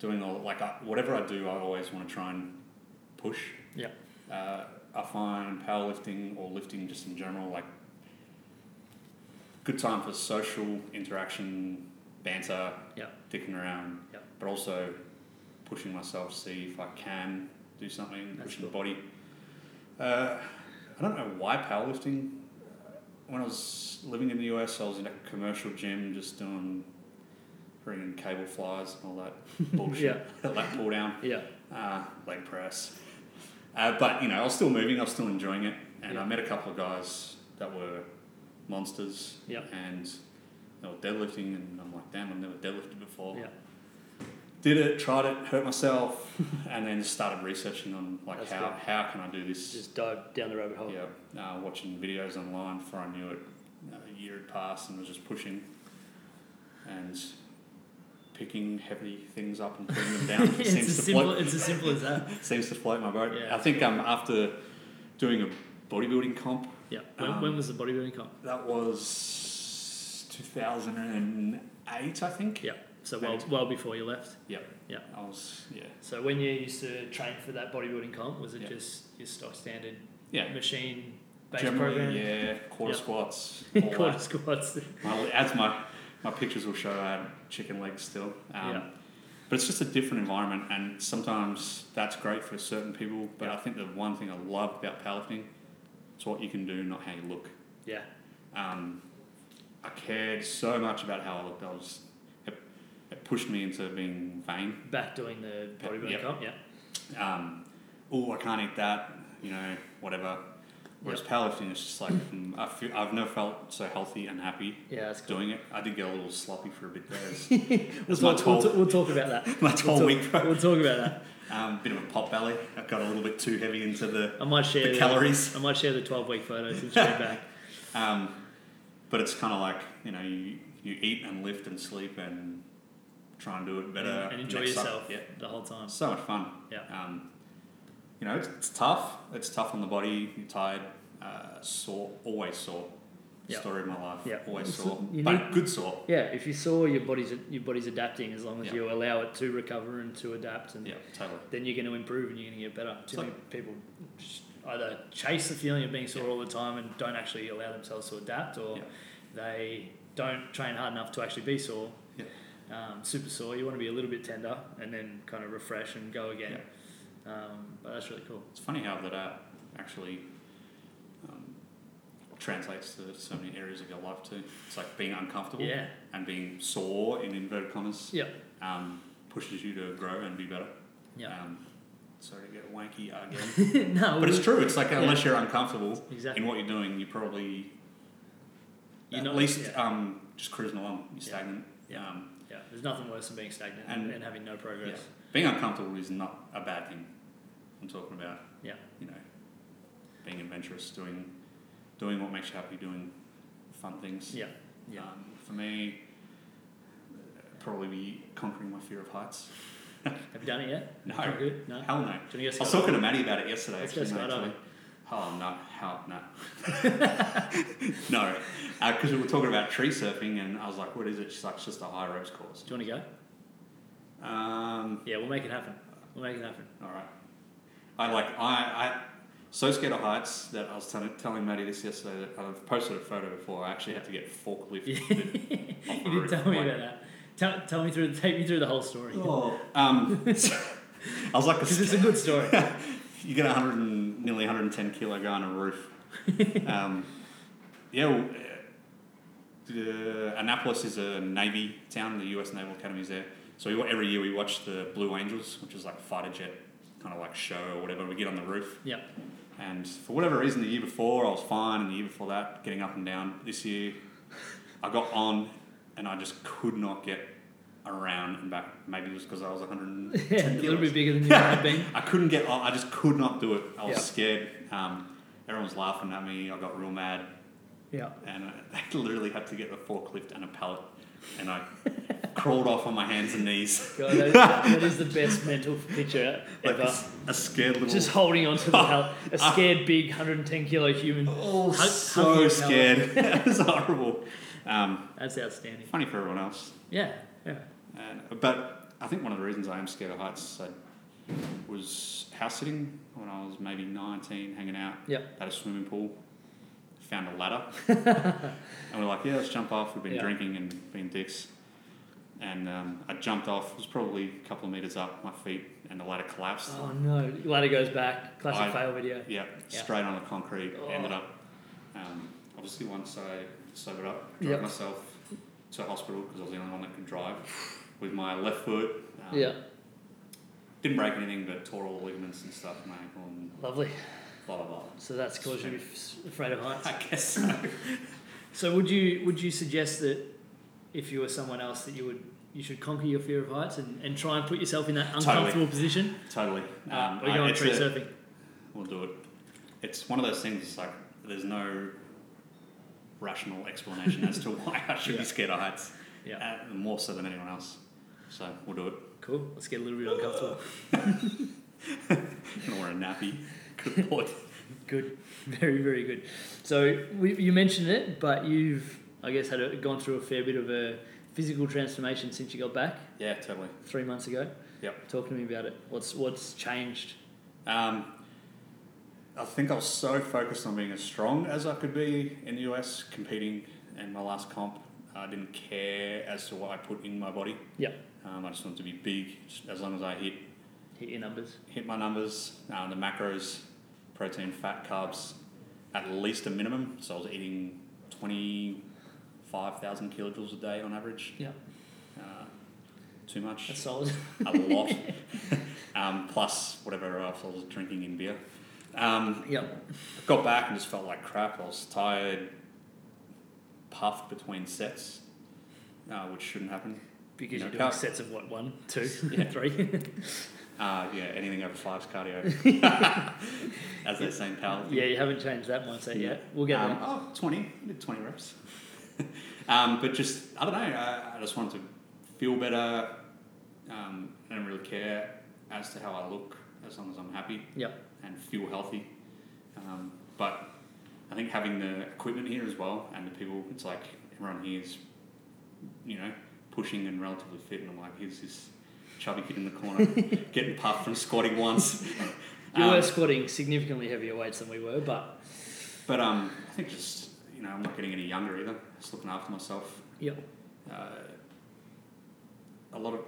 B: doing all like I, whatever I do, I always want to try and push.
A: Yeah.
B: Uh, I find powerlifting or lifting just in general like good time for social interaction, banter,
A: Yeah.
B: dicking around,
A: Yeah.
B: but also pushing myself to see if I can do something,
A: That's
B: pushing
A: cool.
B: the body. Uh, I don't know why powerlifting. When I was living in the US, I was in a commercial gym just doing bringing cable flies and all that bullshit, leg pull down,
A: Yeah.
B: uh, leg press. Uh, but you know, I was still moving, I was still enjoying it, and
A: Yeah.
B: I met a couple of guys that were monsters,
A: Yeah.
B: and they were deadlifting, and I'm like, damn, I've never deadlifted before
A: Yeah.
B: did it, tried it, hurt myself, and then just started researching on like
A: That's
B: how,
A: good.
B: how can I do this?
A: Just dive down the rabbit hole.
B: yeah, uh, watching videos online before I knew it, uh, a year had passed and was just pushing and picking heavy things up and putting them down.
A: it's
B: Ah, seems
A: as
B: to
A: simple.
B: float,
A: It's as simple as that.
B: seems to float my boat.
A: Yeah.
B: I think um after doing a bodybuilding comp
A: Yeah. When,
B: Um,
A: when was the bodybuilding comp?
B: that was 2008, I think.
A: Yeah. So well,
B: Eight.
A: well before you left.
B: I was yeah
A: So when you used to train for that bodybuilding comp, was it
B: Yeah.
A: just your stock standard
B: yeah
A: machine based
B: Generally,
A: program?
B: Yeah, quarter
A: Yep.
B: squats. All
A: Quarter
B: that.
A: squats.
B: My, as my my pictures will show, I have chicken legs still. Um,
A: Yeah.
B: But it's just a different environment, and sometimes that's great for certain people. But
A: Yeah.
B: I think the one thing I love about powerlifting, it's what you can do, not how you look.
A: Yeah.
B: Um, I cared so much about how I looked. I was it, it pushed me into being vain.
A: Back doing the bodybuilding
B: Yep.
A: comp. Yeah.
B: Um, oh, I can't eat that. You know, whatever. Whereas powerlifting is just like mm, I feel, I've never felt so healthy and happy
A: Yeah, that's cool.
B: doing it. I did get a little sloppy for a bit there. It's,
A: We'll
B: it's my
A: talk, we'll,
B: tall,
A: ta- we'll talk about that.
B: my
A: We'll
B: tall
A: talk,
B: week.
A: we'll talk about that.
B: Um, bit of a pop belly. I got a little bit too heavy into the,
A: I might share
B: the calories.
A: I might share the twelve week photos and share back.
B: Um, but it's kind of like you know you you eat and lift and sleep and try and do it better.
A: and enjoy
B: next summer.
A: yourself
B: Yeah. Oh,
A: the whole time.
B: So much fun.
A: Yeah.
B: Um, you know, it's, it's tough. It's tough on the body. You're tired. Uh, sore. Always sore.
A: Yeah.
B: Story of my life.
A: Yeah.
B: Always
A: It's-
B: sore.
A: you
B: But
A: need-
B: good sore.
A: Yeah, if you saw your body's your body's adapting, as long as
B: Yeah.
A: you allow it to recover and to adapt, and
B: Yeah, totally.
A: then you're going to improve and you're going to get better. Too
B: So-
A: many people just either chase the feeling of being sore all the time and don't actually allow themselves to adapt, or
B: Yeah.
A: they don't train hard enough to actually be sore.
B: Yeah.
A: Um, super sore. You want to be a little bit tender and then kind of refresh and go again. Um, but that's really cool.
B: It's funny how that uh, actually um, translates to so many areas of your life too. It's like being uncomfortable
A: Yeah.
B: and being sore in inverted commas.
A: Yeah.
B: Um, pushes you to grow and be better.
A: Yeah.
B: Um, sorry to get wanky again.
A: no,
B: But it's
A: we-
B: true. It's like
A: Yeah.
B: unless you're uncomfortable
A: Exactly.
B: in what you're doing, you probably
A: You're
B: at
A: not-
B: least
A: yeah.
B: um, just cruising along. You're
A: Yeah.
B: stagnant.
A: Yeah.
B: Um,
A: Yeah, there's nothing worse than being stagnant and,
B: And-
A: and having no
B: yeah.
A: progress.
B: Being uncomfortable is not a bad thing. I'm talking about
A: Yeah.
B: you know being adventurous, doing doing what makes you happy, doing fun things.
A: Yeah. Yeah.
B: Um, for me, it'd probably be conquering my fear of heights.
A: Have you done it yet?
B: No.
A: Not good? No.
B: Hell no.
A: Do you want
B: I
A: to go
B: was
A: skydiving?
B: talking to Maddie about it yesterday.
A: Let's
B: actually,
A: go
B: mate,
A: skydiving.
B: actually. Oh no, hell no, no, because we were talking about tree surfing, and I was like, "What is it?" She's like, "It's just a high ropes course."
A: Do you want to go?
B: Um,
A: Yeah, we'll make it happen. We'll make it happen.
B: all right. I like I I so scared of heights that I was telling telling Maddie this yesterday that I've posted a photo before. I actually had to get
A: Yeah.
B: forklifted. off the
A: you
B: roof,
A: did tell me
B: like-
A: about that. Tell, tell me through, take me through the whole story.
B: Oh, um, I was like,
A: Because it's a good story.
B: You get 100 and, nearly 110 kilo guy on a roof. um, yeah, well, uh, uh, Annapolis is a Navy town. The U.S. Naval Academy's there. So we, wa- every year we watch the Blue Angels, which is like fighter jet kind of like show or whatever. We get on the roof.
A: yeah.
B: And for whatever reason, the year before I was fine, and the year before that, getting up and down. This year, I got on, and I just could not get around and back. Maybe it was because I was
A: yeah.
B: 110
A: A little
B: kilos.
A: bit bigger than you might have been.
B: I couldn't get on. I just could not do it. I was
A: Yeah.
B: scared. Um, everyone was laughing at me. I got real mad,
A: Yeah.
B: and I literally had to get the forklift and a pallet, and I crawled off on my hands and knees
A: God, that, is, that is the best mental picture
B: like a,
A: ever.
B: s- a scared little.
A: Just holding on to the hell, a scared, big 110 kilo human.
B: oh,
A: hug- hug
B: so
A: your pallet.
B: scared. it was horrible. Um,
A: That's outstanding.
B: funny for everyone else.
A: Yeah. Yeah.
B: And, but I think one of the reasons I am scared of heights I, was house sitting when I was maybe 19, hanging out
A: Yep.
B: at a swimming pool. Found a ladder. and we're like, yeah, let's jump off. We've been
A: Yeah.
B: drinking and being dicks. And um, I jumped off. It was probably a couple of meters up my feet, and the ladder collapsed.
A: Oh no. Ladder goes back. Classic
B: I-
A: fail video.
B: Yeah,
A: Yeah.
B: straight on the concrete.
A: Oh.
B: Ended up, um, obviously, once I sobered up, drove
A: Yep.
B: myself to hospital because I was the only one that could drive with my left foot. Um,
A: Yeah.
B: Didn't break anything, but tore all the ligaments and stuff in my ankle and
A: Lovely.
B: blah blah blah.
A: So that's caused you to be f- afraid of heights.
B: I guess so.
A: So would you would you suggest that if you were someone else that you would you should conquer your fear of heights and, and try and put yourself in that uncomfortable position?
B: totally.
A: Uh,
B: Um,
A: or go
B: I-
A: on
B: it's
A: tree
B: a-
A: surfing.
B: We'll do it. It's one of those things. It's like there's no rational explanation as to why I should
A: Yeah.
B: be scared of heights,
A: Yeah,
B: uh, more so than anyone else. So we'll do it.
A: cool. Let's get a little bit uncomfortable.
B: I'm gonna wear a nappy. Good boy.
A: Good, very very good. So we, you mentioned it, but you've I guess had a, gone through a fair bit of a physical transformation since you got back
B: yeah, totally.
A: three months ago.
B: Yep.
A: Talk to me about it. What's what's changed?
B: Um, I think I was so focused on being as strong as I could be in the US competing in my last comp. I didn't care as to what I put in my body.
A: Yep.
B: Um, I just wanted to be big just as long as I hit
A: Hit your numbers.
B: hit my numbers, um, the macros, protein, fat, carbs, at least a minimum. So I was eating 25,000 kilojoules a day on average.
A: Yeah,
B: Uh, too much.
A: that's solid.
B: a lot, um, plus whatever else I was drinking in beer. Um,
A: Yep.
B: got back and just felt like crap. I was tired, puffed between sets, uh, which shouldn't happen.
A: Because
B: No,
A: you're doing
B: can't-
A: sets of what one, two,
B: Yeah.
A: three.
B: Uh, yeah, anything over five's cardio, as they say in powerlifting.
A: Yeah, you haven't changed that mindset yet. We'll get
B: um,
A: there.
B: oh, 20, I did 20 reps. um, but just, I don't know, I, I just wanted to feel better, um, I don't really care as to how I look as long as I'm happy
A: Yep.
B: and feel healthy. Um, but I think having the equipment here as well and the people, it's like everyone here is, you know, pushing and relatively fit. And I'm like, here's this chubby kid in the corner getting puffed from squatting once.
A: You
B: Um,
A: were squatting significantly heavier weights than we were, but
B: But um, I think just you know I'm not getting any younger either. Just looking after myself.
A: Yep.
B: Uh, a lot of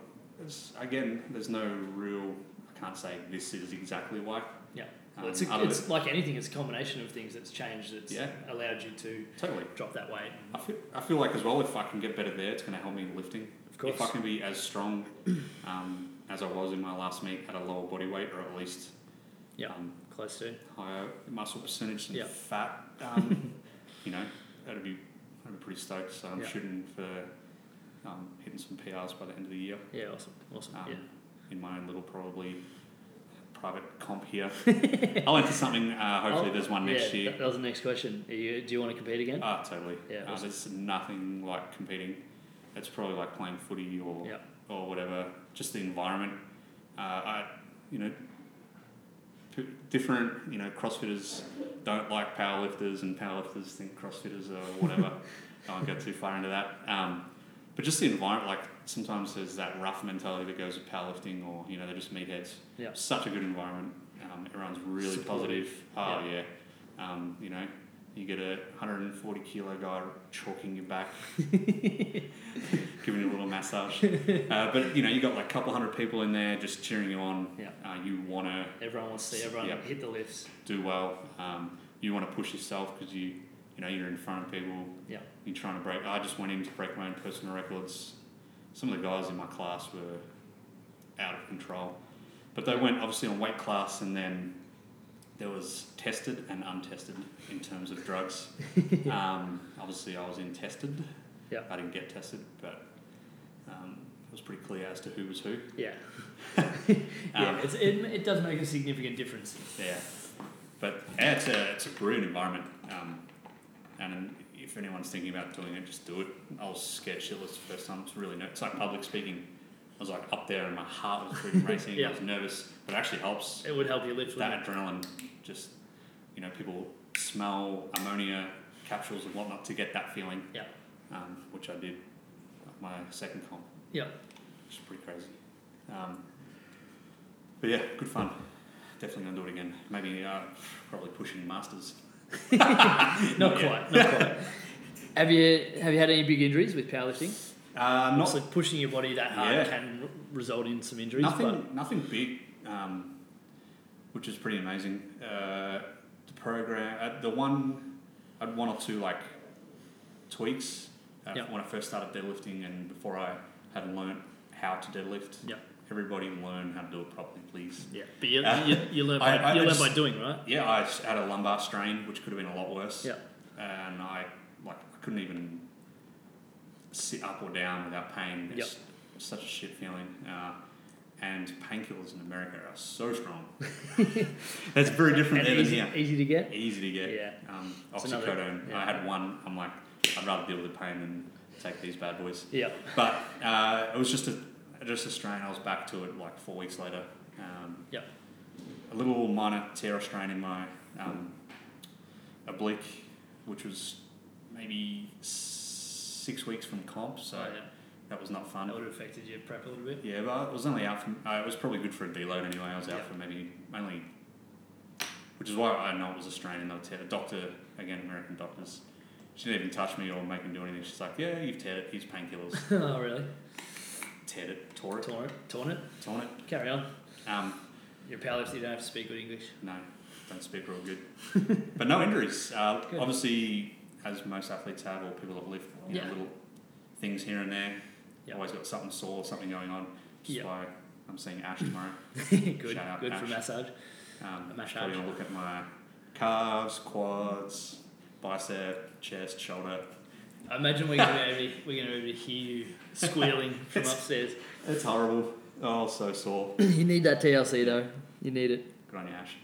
B: it's, again, there's no real. I can't say this is exactly why.
A: Yeah.
B: Um,
A: it's, a,
B: other-
A: it's like anything. It's a combination of things that's changed. That's
B: Yeah.
A: allowed you to
B: totally.
A: drop that weight.
B: I feel, I feel like as well if I can get better there, it's going to help me in lifting.
A: Of course.
B: If I can be as strong um, as I was in my last meet at a lower body weight, or at least
A: Yeah.
B: um,
A: Close to.
B: higher muscle percentage than
A: Yeah.
B: fat, um, you know, that'd be I'd be pretty stoked. So I'm
A: Yeah.
B: shooting for um, hitting some PRs by the end of the year
A: Yeah. Awesome. Awesome.
B: um,
A: yeah.
B: in my own little probably private comp here. I'll enter something. Uh, hopefully,
A: Oh,
B: there's one next
A: yeah,
B: year.
A: That, that was the next question. Are you, do you want to compete again?
B: Ah, totally.
A: Yeah,
B: Uh,
A: awesome.
B: there's nothing like competing. It's probably like playing footy or
A: Yeah.
B: or whatever. Just the environment. Uh, I, you know, p- different. You know, CrossFitters don't like powerlifters, and powerlifters think CrossFitters are whatever. I won't go too far into that. Um, but just the environment. Like sometimes there's that rough mentality that goes with powerlifting, or you know, they're just meatheads
A: Yeah.
B: such a good environment. Um, everyone's really
A: Supportive.
B: positive. Oh yeah, Um, you know, you get a 140 kilo guy chalking your back, giving you a little massage. Uh, but you know, you got like a couple hundred people in there just cheering you on.
A: Yeah.
B: Uh, you want to
A: Everyone wants to see everyone
B: Yeah.
A: hit the lifts.
B: do well. Um, you want to push yourself because you, you know, you're in front of people.
A: Yeah.
B: You're trying to break. I just went in to break my own personal records. Some of the guys in my class were out of control, but they went obviously on weight class, and then there was tested and untested in terms of drugs. um, obviously, I was in tested.
A: Yeah.
B: I didn't get tested, but um, it was pretty clear as to who was who.
A: Yeah.
B: Um,
A: yeah. It's, it, it does make a significant difference.
B: Yeah, but yeah, it's a it's a brilliant environment. Um, and if anyone's thinking about doing it, just do it. I was scared shitless the first time. It's really ner- it's like public speaking. I was like up there, and my heart was freaking racing.
A: Yeah.
B: I was nervous, but it actually helps.
A: It would help you lift. wouldn't
B: That adrenaline, just you know, people smell ammonia capsules and whatnot to get that feeling.
A: Yeah.
B: Um, which I did at my second comp.
A: Yeah.
B: Which is pretty crazy. Um, but yeah, good fun. Definitely gonna do it again. Maybe uh, probably pushing masters.
A: it? Not
B: Yeah.
A: quite. Not quite. Have you have you had any big injuries with powerlifting?
B: Uh, not
A: Obviously, pushing your body that hard
B: Yeah.
A: can r- result in some injuries.
B: nothing, nothing big, um, which is pretty amazing. Uh, the program, uh, the one, I had one or two like tweaks uh,
A: Yep.
B: when I first started deadlifting, and before I had learnt how to deadlift.
A: Yep.
B: Everybody learn how to do it properly, please.
A: But, yeah, but you,
B: Uh,
A: you, you learn by,
B: I- I-
A: you
B: I
A: learn
B: just-
A: by doing, right?
B: Yeah, I s- had a lumbar strain, which could have been a lot worse.
A: Yeah.
B: And I like I couldn't even sit up or down without pain. It's such a shit feeling. Uh, and painkillers in America are so strong. That's very different
A: And
B: there than
A: easy,
B: here.
A: easy to get.
B: Easy to get.
A: Yeah.
B: Um,
A: It's another-
B: oxycodone.
A: yeah.
B: I had one. I'm like, I'd rather deal with the pain than take these bad boys.
A: Yeah.
B: But uh, it was just a just a strain. I was back to it like four weeks later. Um,
A: Yep.
B: A little minor tear or strain in my um, oblique, which was maybe s- six weeks from comp, so
A: So
B: that was not fun.
A: that would have affected your prep a little bit.
B: Yeah, but it was only out for. Uh, it was probably good for a deload anyway. I was out
A: Yeah.
B: for maybe only, which is why I know it was Australian. They'll tear the doctor again. American doctors. She didn't even touch me or make me do anything. She's like, "Yeah, you've teared it. Here's painkillers.
A: oh, really?
B: teared it. Tore it.
A: Torn it. Torn it.
B: Torn it."
A: Carry on.
B: Um,
A: You're a powerlifter. You don't have to speak good English.
B: no, don't speak real good. but no injuries. Uh,
A: Good.
B: obviously, as most athletes have, or people that lift, you
A: Yeah.
B: know, little things here and there.
A: Yeah.
B: Always got something sore, something going on. Which is
A: Yeah.
B: why I'm seeing Ash tomorrow.
A: good. Good
B: Shout out
A: for
B: Ash.
A: massage.
B: Um,
A: A massage.
B: Probably gonna look at my calves, quads, bicep, chest, shoulder.
A: I imagine we're gonna be able to, we're gonna be able to hear you squealing from upstairs.
B: It's horrible. Oh, so sore.
A: you need that TLC though. You need it.
B: Good on you, Ash.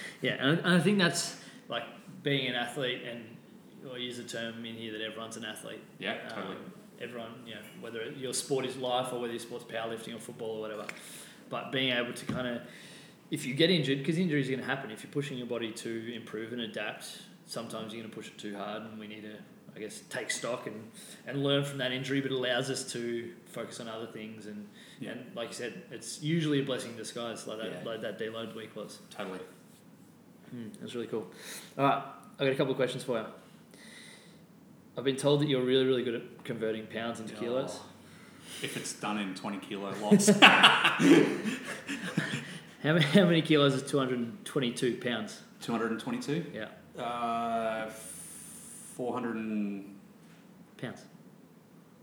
A: yeah, and and I think that's like being an athlete, and I'll use a term in here that everyone's an athlete.
B: Yeah,
A: Um,
B: totally.
A: everyone, you know, whether your sport is life or whether your sport's powerlifting or football or whatever. But being able to kind of, if you get injured, because injury is going to happen, if you're pushing your body to improve and adapt, sometimes you're going to push it too hard, and we need to, I guess, take stock and, and learn from that injury. But it allows us to focus on other things, and,
B: Yeah.
A: and like you said, it's usually a blessing in disguise, like that,
B: Yeah.
A: like that deload week was.
B: Totally.
A: Mm, that's really cool. All right, I've got a couple of questions for you. I've been told that you're really, really good at converting pounds into kilos.
B: Oh. If it's done in 20 kilo lots,
A: How many, how many kilos is 222 pounds?
B: 222?
A: Yeah,
B: Uh, 400 and,
A: pounds.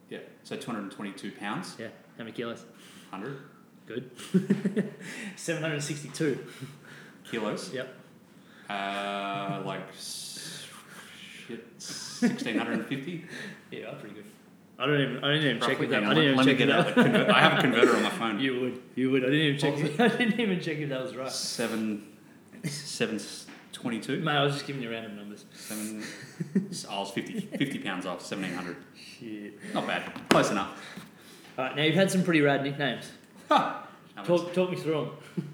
B: yeah, so 222 pounds,
A: Yeah, how many kilos?
B: 100
A: Good. 762.
B: kilos.
A: Yep.
B: Uh, like, s- shit, 1650?
A: Yeah, pretty good. I don't even. I didn't even check
B: Roughly.
A: it out.
B: Hang
A: I
B: on,
A: didn't even
B: let me
A: check
B: get
A: it
B: out the
A: out.
B: conver- I have a converter on my phone.
A: You would. You would. I didn't even check.
B: What
A: If, I didn't even check if that was right.
B: Seven, seven, twenty-two.
A: Mate, I was just giving you random numbers.
B: Seven. I was 50, 50 pounds off, seventeen hundred.
A: Shit.
B: Not bad, close enough.
A: All right, now you've had some pretty rad nicknames.
B: Ha! That was-
A: Talk, talk me through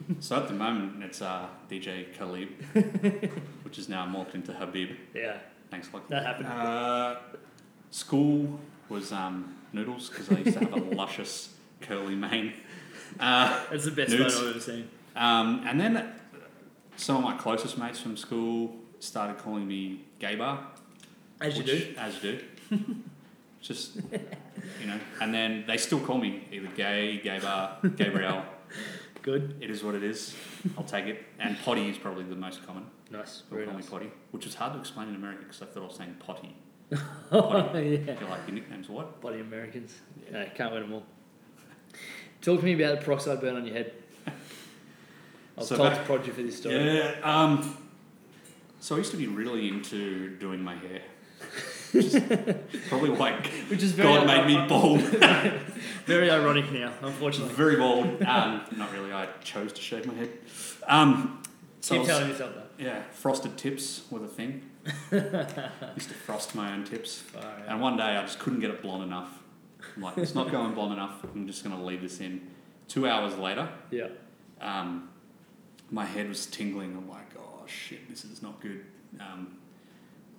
A: them.
B: So at the moment, it's uh, DJ Khalib, which is now morphed into Habib.
A: Yeah,
B: Thanks, Lachlan.
A: that happened.
B: Uh, school was um, noodles because I used to have a luscious curly mane. Uh,
A: That's the best
B: Nudes.
A: photo I've ever seen.
B: um, and then some of my closest mates from school started calling me gay bar.
A: As you
B: which-
A: do.
B: As you do. Just, you know. And then they still call me either gay, gay bar, Gabriel.
A: Good.
B: it is what it is. I'll take it. And potty is probably the most common.
A: Nice.
B: They'll
A: Very
B: call
A: nice.
B: me potty, which was hard to explain in America because I thought I was saying potty.
A: Oh,
B: I
A: yeah.
B: feel like your nickname's what?
A: Bloody Americans.
B: Yeah.
A: No, can't win them all. Talk to me about the peroxide burn on your head. I was
B: So
A: told
B: back-
A: to prod you for this story.
B: Yeah. Um, so I used to be really into doing my hair. Which is probably why
A: Which is very
B: God made me
A: ironic-
B: bald.
A: very ironic now, unfortunately.
B: Very bald. Um, not really. I chose to shave my head. Um, so I
A: Keep
B: was-
A: telling yourself that.
B: yeah, frosted tips were the thing. used to frost my own tips.
A: Far out.
B: And one day I just couldn't get it blonde enough. I'm like, it's not going blonde enough. I'm just going to leave this in. Two hours later,
A: Yeah.
B: um, my head was tingling. I'm like, oh shit, this is not good. Um,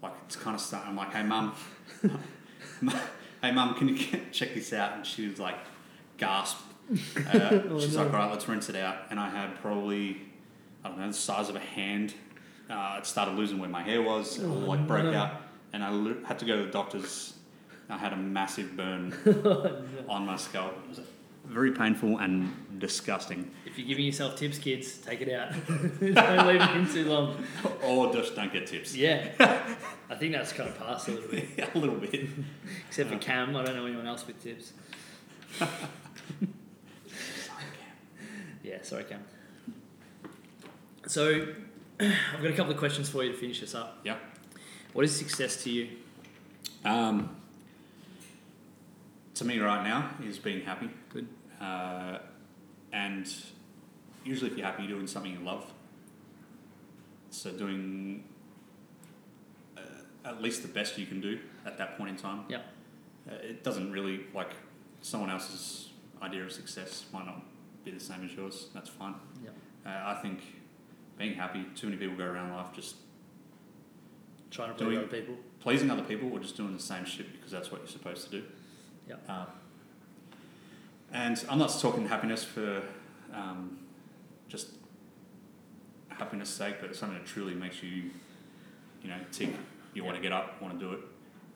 B: like, it's kind of starting. I'm like, hey, mum, hey, mum, can you get, check this out? And she was like, gasp. Uh,
A: Oh,
B: she's
A: no.
B: like, all right, let's rinse it out. And I had probably, I don't know, the size of a hand. Uh, it started losing where my hair was. It all
A: Oh,
B: like broke
A: no.
B: out. And I li- had to go to the doctor's. I had a massive burn
A: Oh,
B: on my scalp. It was very painful and disgusting.
A: If you're giving yourself tips, kids, take it out. Don't leave it in too long.
B: or just don't get tips.
A: Yeah. I think that's kind of past a little bit.
B: a little bit.
A: Except for Cam, I don't know anyone else with tips. Yeah, sorry, Cam. So, I've got a couple of questions for you to finish this up.
B: Yeah.
A: What is success to you?
B: Um, to me, right now is being happy.
A: Good.
B: Uh, and usually, if you're happy, you're doing something you love. So doing uh, at least the best you can do at that point in time.
A: Yep.
B: Uh, it doesn't really like someone else's idea of success might not be the same as yours. That's fine.
A: Yep.
B: Uh, I think being happy. Too many people go around life just
A: Trying to please
B: Doing-
A: other people.
B: pleasing other people or just doing the same shit because that's what you're supposed to do.
A: Yep.
B: Um, and I'm not talking happiness for um, just happiness sake, but it's something that truly makes you, you know, tick. You want to get up, want to do it.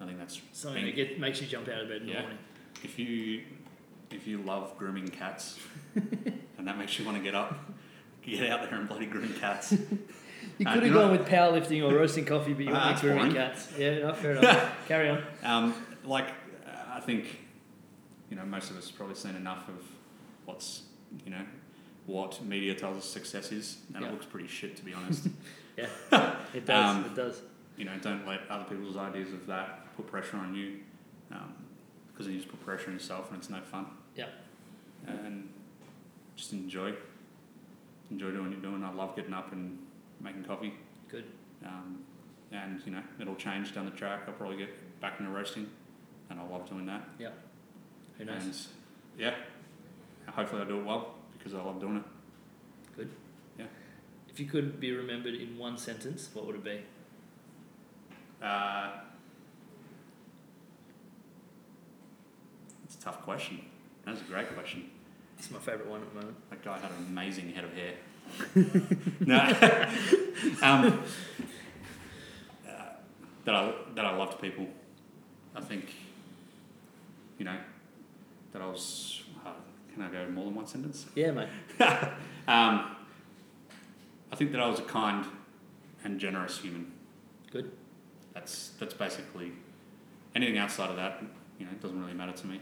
B: I think that's
A: Something that
B: being-
A: get, makes you jump out of bed in the
B: Yeah.
A: morning.
B: if you if you love grooming cats, and that makes you want to get up, get out there and bloody groom cats.
A: You
B: Uh,
A: could
B: you
A: have
B: know-
A: gone with powerlifting or roasting coffee, but you
B: Ah,
A: went
B: that's
A: with grooming
B: fine.
A: cats. Yeah, no, fair enough. Carry on.
B: Um, like, uh, I think, you know, most of us have probably seen enough of what's, you know, what media tells us success is, and
A: Yeah.
B: it looks pretty shit, to be honest.
A: It does.
B: Um,
A: it does.
B: you know, don't let other people's ideas of that put pressure on you, because then you just put pressure on yourself, and it's no fun.
A: Yeah.
B: And just enjoy, enjoy doing what you're doing. I love getting up and making coffee.
A: Good.
B: Um, and you know, it'll change down the track. I'll probably get back into roasting. and I love doing that.
A: Who knows?
B: And yeah, hopefully I do it well because I love doing it.
A: If you could be remembered in one sentence, what would it be?
B: Uh, it's a tough question. That's a great question.
A: It's my favourite one at the moment.
B: That guy had an amazing head of hair. no, um, uh, that I that I loved people. I think, you know, that I was. Uh, can I go more than one sentence?
A: Yeah, mate.
B: Um, I think that I was a kind and generous human.
A: Good.
B: That's that's basically anything outside of that. You know, it doesn't really matter to me.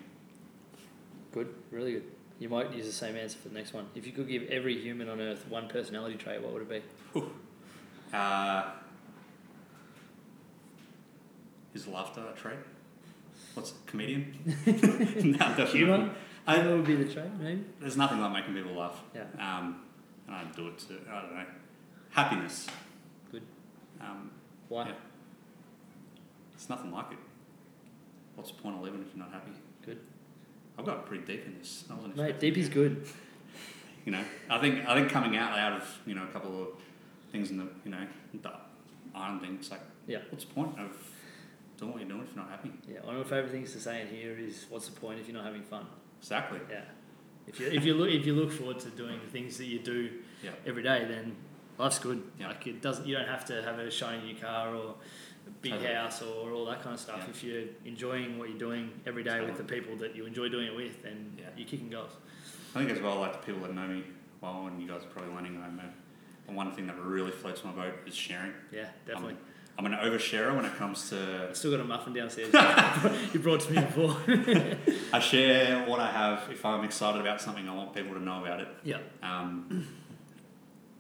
A: Good. Really good. You might use the same answer for the next one. If you could give every human on earth one personality trait, what would it be?
B: Uh, is laughter a trait? What's it, comedian? no, definitely.
A: Humour?
B: I-
A: What would be the trait, maybe?
B: There's nothing like making people laugh.
A: Yeah.
B: Um, and I do it to I don't know. Happiness.
A: Good.
B: Um,
A: Why?
B: Yeah. It's nothing like it. What's the point of living if you're not happy?
A: Good.
B: I've got pretty deep in this. I wasn't
A: Mate,
B: expecting
A: deep is
B: it.
A: good.
B: You know, I think I think coming out loud of you know a couple of things in the you know the iron thing. It's like
A: Yeah.
B: what's the point of doing what you're doing if you're not happy?
A: Yeah, one of my favourite things to say in here is, "What's the point if you're not having fun?"
B: Exactly.
A: Yeah. If you if you look if you look forward to doing the things that you do
B: Yeah.
A: every day, then life's good.
B: Yeah.
A: Like it doesn't you don't have to have a shiny new car or a big
B: Totally.
A: house or all that kind of stuff.
B: Yeah.
A: If you're enjoying what you're doing every day with the people that you enjoy doing it with, then
B: Yeah.
A: you're kicking goals.
B: I think as well, like the people that know me well, and you guys are probably learning that I know. The one thing that really floats my boat is sharing.
A: Yeah, definitely.
B: I'm, I'm an oversharer when it comes to
A: I still got a muffin downstairs. you brought to me before.
B: I share what I have. If I'm excited about something, I want people to know about it.
A: yeah,
B: Um,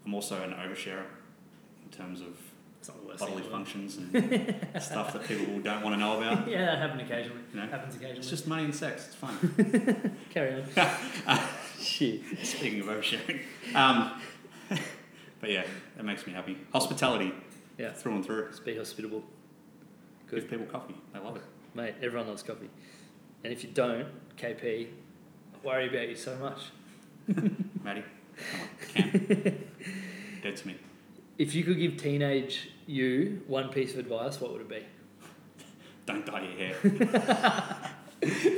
B: I'm also an oversharer in terms of
A: it's not the worst.
B: bodily
A: thing in the world.
B: functions and stuff that people don't want to know about.
A: Yeah, that happens occasionally.
B: You know,
A: Happens occasionally.
B: it's just money and sex. It's fun.
A: carry on. Shit.
B: Speaking of oversharing, um, but yeah, that makes me happy. Hospitality,
A: Yeah.
B: through and through.
A: Just be hospitable,
B: Give people coffee. They love it.
A: mate. Everyone loves coffee, and if you don't, KP, I worry about you so much.
B: Maddie, come on, Cam, do it to me.
A: If you could give teenage you one piece of advice, what would it be?
B: Don't dye your hair.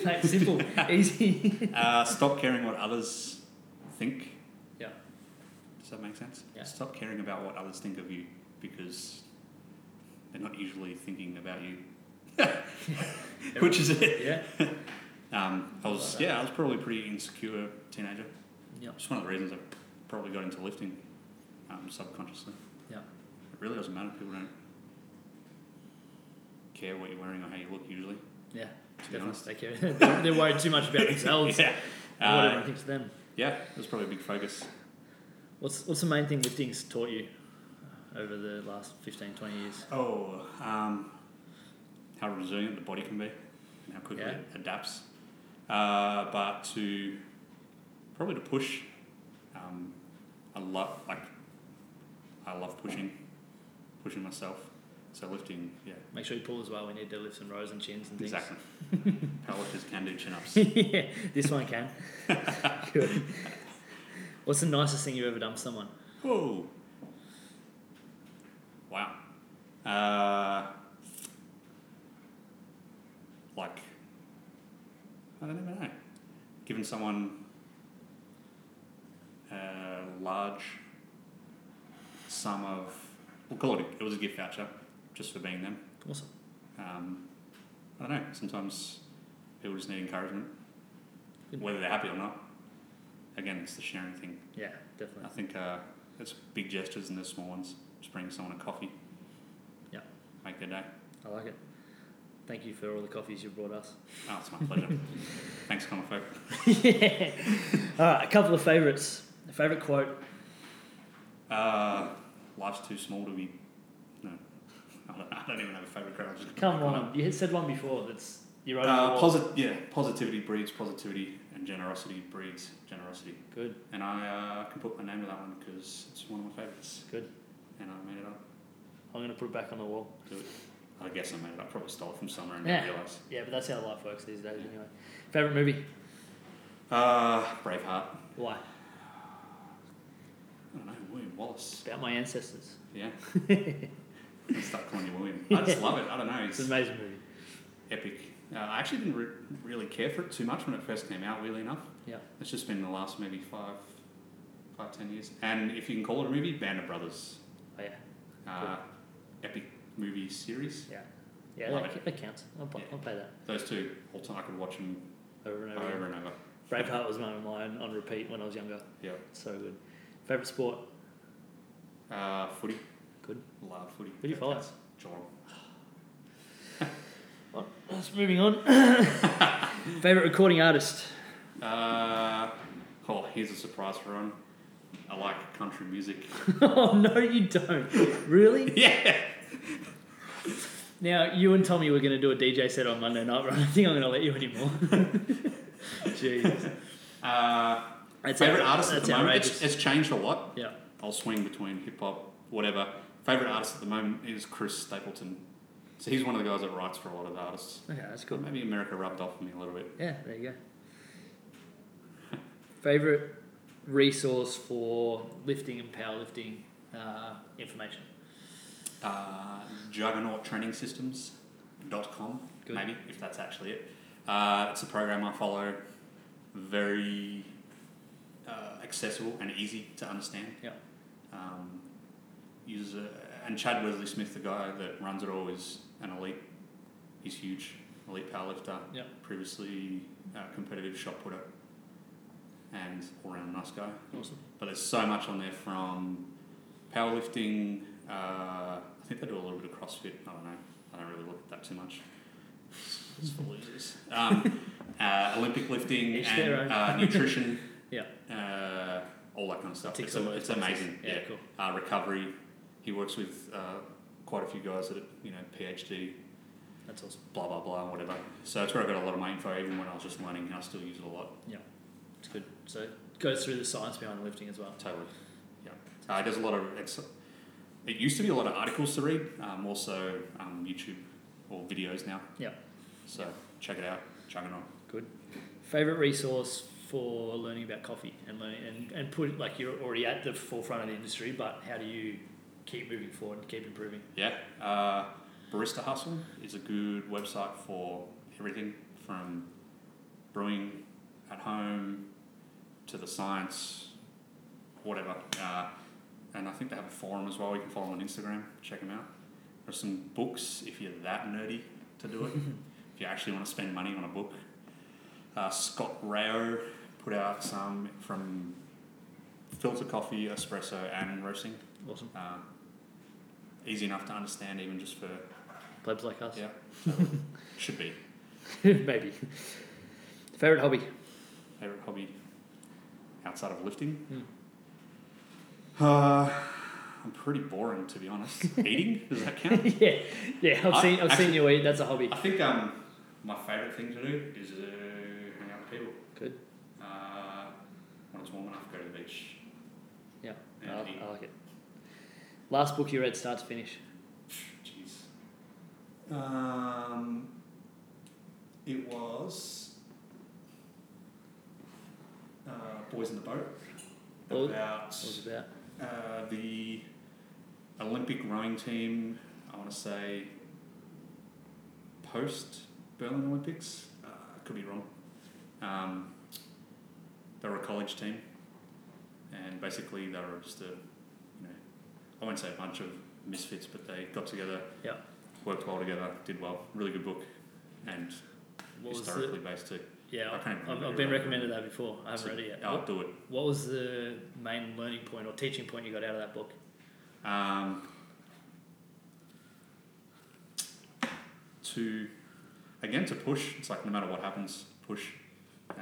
A: Mate, simple, easy.
B: Uh, stop caring what others think.
A: Yeah.
B: Does that make sense?
A: Yeah.
B: Stop caring about what others think of you because they're not usually thinking about you, which is it.
A: yeah.
B: Um, I was
A: Like that.
B: yeah, I was probably a pretty insecure teenager.
A: Yeah.
B: It's one of the reasons I probably got into lifting um, subconsciously.
A: Yeah.
B: It really doesn't matter. People don't care what you're wearing or how you look usually. To
A: Yeah.
B: be
A: Definitely
B: honest.
A: stay careful. They're they're worried too much about themselves.
B: yeah.
A: and What
B: Uh,
A: everyone thinks of them.
B: yeah, it was probably a big focus.
A: What's What's the main thing lifting's taught you over the last 15, 20 years?
B: Oh, um, how resilient the body can be and how quickly
A: Yeah.
B: it adapts. Uh, but to probably to push, um, I love like I love pushing, pushing myself. So lifting, yeah,
A: Make sure you pull as well. We need deadlifts and rows and chins and things.
B: exactly. Powerlifters can do chin-ups.
A: yeah, this one can. Good. What's the nicest thing you've ever done for someone?
B: Whoa! Wow. Uh, like, I don't even know. Giving someone a large sum of, we'll call it, a, it was a gift voucher, just for being them.
A: Awesome.
B: Um, I don't know, sometimes people just need encouragement,
A: Good.
B: whether they're happy or not. Again, it's the sharing thing.
A: Yeah,
B: I
A: definitely.
B: think uh, it's big gestures and the small ones. Just bring someone a coffee.
A: Yeah.
B: Make their day.
A: I like it. Thank you for all the coffees you brought us.
B: Oh, it's my pleasure. Thanks, Common Folk.
A: yeah. All right, a couple of favourites. A favourite quote.
B: Uh, life's too small to be. No. I don't, I don't even have a favourite crowd. Just
A: Come on, you had said one before. That's your own.
B: Uh, posit- yeah, positivity breeds positivity, and generosity breeds generosity.
A: Good.
B: And I uh, can put my name to that one because it's one of my favourites.
A: Good.
B: And I made it up.
A: I'm gonna put it back on the wall.
B: Do it. I guess I made it up. Probably stole it from somewhere and
A: Yeah.
B: didn't realise.
A: Yeah, but that's how life works these days anyway. Favorite movie?
B: Uh, Braveheart.
A: Why?
B: I don't know, William Wallace.
A: It's about my ancestors.
B: Yeah. I'll start calling you William. I just love it. I don't know.
A: It's
B: It's
A: an amazing movie.
B: epic. Uh, I actually didn't re- really care for it too much when it first came out, weirdly enough.
A: Yeah.
B: It's just been the last maybe five, five, ten years. And if you can call it a movie, Band of Brothers.
A: Oh yeah,
B: Uh, epic movie series.
A: yeah, yeah.
B: Love
A: That, that counts. I'll, pl-
B: Yeah.
A: I'll play that
B: Those two, all time, I could watch them
A: over and over.
B: over
A: again.
B: and over.
A: Braveheart was one of mine on repeat when I was younger.
B: Yeah.
A: So good. Favorite sport?
B: Uh, footy.
A: Good.
B: Love footy.
A: Who do you follow?
B: That's Geelong.
A: That's moving on. Favorite recording artist?
B: Uh, oh, here's a surprise for everyone. I like country music.
A: oh no, you don't. Really?
B: yeah.
A: Now you and Tommy were going to do a DJ set on Monday night, right? I don't think I'm going to let you anymore. Jeez.
B: Uh,
A: That's
B: favorite
A: outra-
B: artist at
A: that's
B: the moment. It's,
A: outrageous.
B: it's changed a lot.
A: yeah.
B: I'll swing between hip hop, whatever. Favorite artist at the moment is Chris Stapleton. So he's one of the guys that writes for a lot of the artists.
A: Okay, that's cool.
B: Maybe America rubbed off on me a little bit.
A: Yeah, there you go. Favorite resource for lifting and powerlifting uh, information?
B: uh, juggernauttrainingsystems.com,
A: Good.
B: maybe, if that's actually it. Uh, it's a program I follow, very uh, accessible and easy to understand.
A: Yeah.
B: Um, uses a, and Chad Wesley Smith, the guy that runs it all, is an elite. He's huge, elite powerlifter.
A: Yeah.
B: Previously, uh, competitive shot putter, and all-round nice guy
A: Awesome.
B: but there's so much on there from powerlifting. Uh, I think they do a little bit of CrossFit. I don't know. I don't really look at that too much. It's for losers. Um, uh, Olympic lifting
A: Each their own.
B: and uh, nutrition.
A: Yeah.
B: Uh, all that kind of stuff.
A: Ticks
B: It's,
A: all
B: a,
A: those
B: it's
A: boxes.
B: amazing.
A: Yeah, cool.
B: Uh, recovery. He works with uh, quite a few guys that are, you know PhD.
A: That's awesome.
B: Blah blah blah, whatever. So it's where I got a lot of my info. Even when I was just learning, I still use it a lot.
A: It's good. So it goes through the science behind lifting as well.
B: Totally. Yeah. Uh, there's a lot of. Ex- it used to be a lot of articles to read, um, also um, YouTube or videos now.
A: Yeah.
B: So check it out. Juggernaut.
A: Favorite resource for learning about coffee and learning and, and put like you're already at the forefront of the industry, but how do you keep moving forward and keep improving?
B: Yeah. Uh, Barista Hustle is a good website for everything from brewing at home to the science, whatever. Uh, and I think they have a forum as well. You can follow them on Instagram. Check them out. There's some books if you're that nerdy to do it. if you actually want to spend money on a book. Uh, Scott Rao put out some from filter coffee, espresso, and roasting
A: Awesome.
B: um, easy enough to understand even just for
A: Plebs like us.
B: Yeah. should be
A: Maybe. Favorite hobby?
B: favorite hobby outside of lifting.
A: Hmm.
B: Uh, I'm pretty boring to be honest. Eating does that count?
A: yeah. Yeah. I've
B: I-
A: seen I've seen you eat. That's a hobby.
B: I think um my favorite thing to do is uh, hang out with people.
A: Good.
B: Uh, when it's warm enough, go to the beach.
A: Yeah.
B: And
A: I,
B: eat.
A: I like it. Last book you read, start to finish.
B: Jeez. Um, it was uh, Boys in the Boat
A: Oh,
B: about
A: What was it about?
B: uh, the Olympic rowing team. I want to say post Berlin Olympics. Uh, I could be wrong. Um, they were a college team, and basically they were just a, you know, I won't say a bunch of misfits, but they got together,
A: Yeah.
B: worked well together, did well. Really good book, and
A: What was the,
B: historically based too.
A: yeah,
B: I can't
A: I've,
B: remember Oh.
A: I've
B: the
A: been
B: right
A: recommended
B: word.
A: that before. I haven't
B: So-
A: read it yet.
B: I'll
A: What,
B: do it.
A: what was the main learning point or teaching point you got out of that book?
B: um, to again to push. It's like no matter what happens, push. Uh,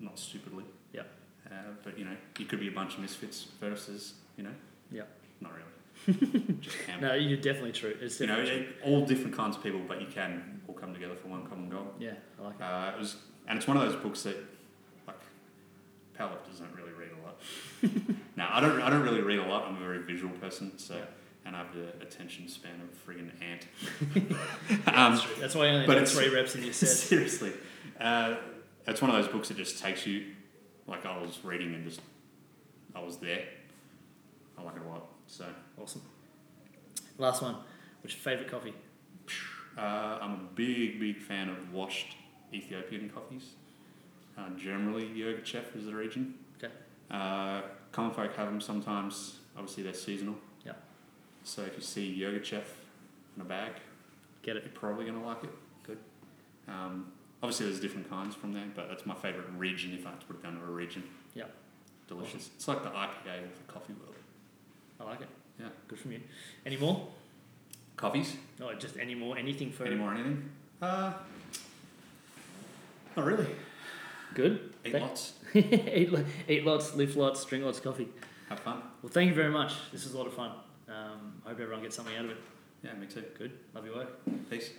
B: not stupidly.
A: Yeah.
B: Uh, but you know, you could be a bunch of misfits versus you know.
A: Yeah.
B: Not really. Just camp.
A: No, you're definitely true. It's
B: you know,
A: definitely
B: it- all different kinds of people, but you can all come together for one common goal.
A: true. Yeah, I like it.
B: Uh, it was, and it's one of those books that, like, powerlifters don't really read a lot. no, I don't. I don't really read a lot. I'm a very visual person, so and I have the attention span of a friggin' ant.
A: That's true. That's why I only
B: Um, but
A: did
B: it's-
A: three reps in your set.
B: Seriously. Uh, it's one of those books that just takes you, like I was reading and just, I was there. I like it a lot. So,
A: Awesome. Last one. What's your favourite coffee?
B: uh, I'm a big, big fan of washed Ethiopian coffees. Uh, generally, yogurt chef is the region.
A: Okay.
B: Uh, common folk have them sometimes. Obviously, they're seasonal.
A: Yeah.
B: So if you see yogurt chef in a bag,
A: Get it.
B: you're probably going to like it.
A: Good.
B: Um, obviously, there's different kinds from there, but that's my favourite region if I have to put it down to a region.
A: Yeah.
B: Delicious. It's like the IPA of the coffee world.
A: I like it.
B: Yeah.
A: Good from you. Any more?
B: Coffees?
A: No, just any more, anything for
B: Any more anything? Uh, not really.
A: Good.
B: Eat
A: Thank-
B: lots.
A: eat, lo- eat lots, lift lots, drink lots of coffee.
B: Have fun.
A: Well, thank you very much. This was a lot of fun. Um, hope everyone gets something out of it.
B: Yeah, me too.
A: Good. Love your work.
B: Peace.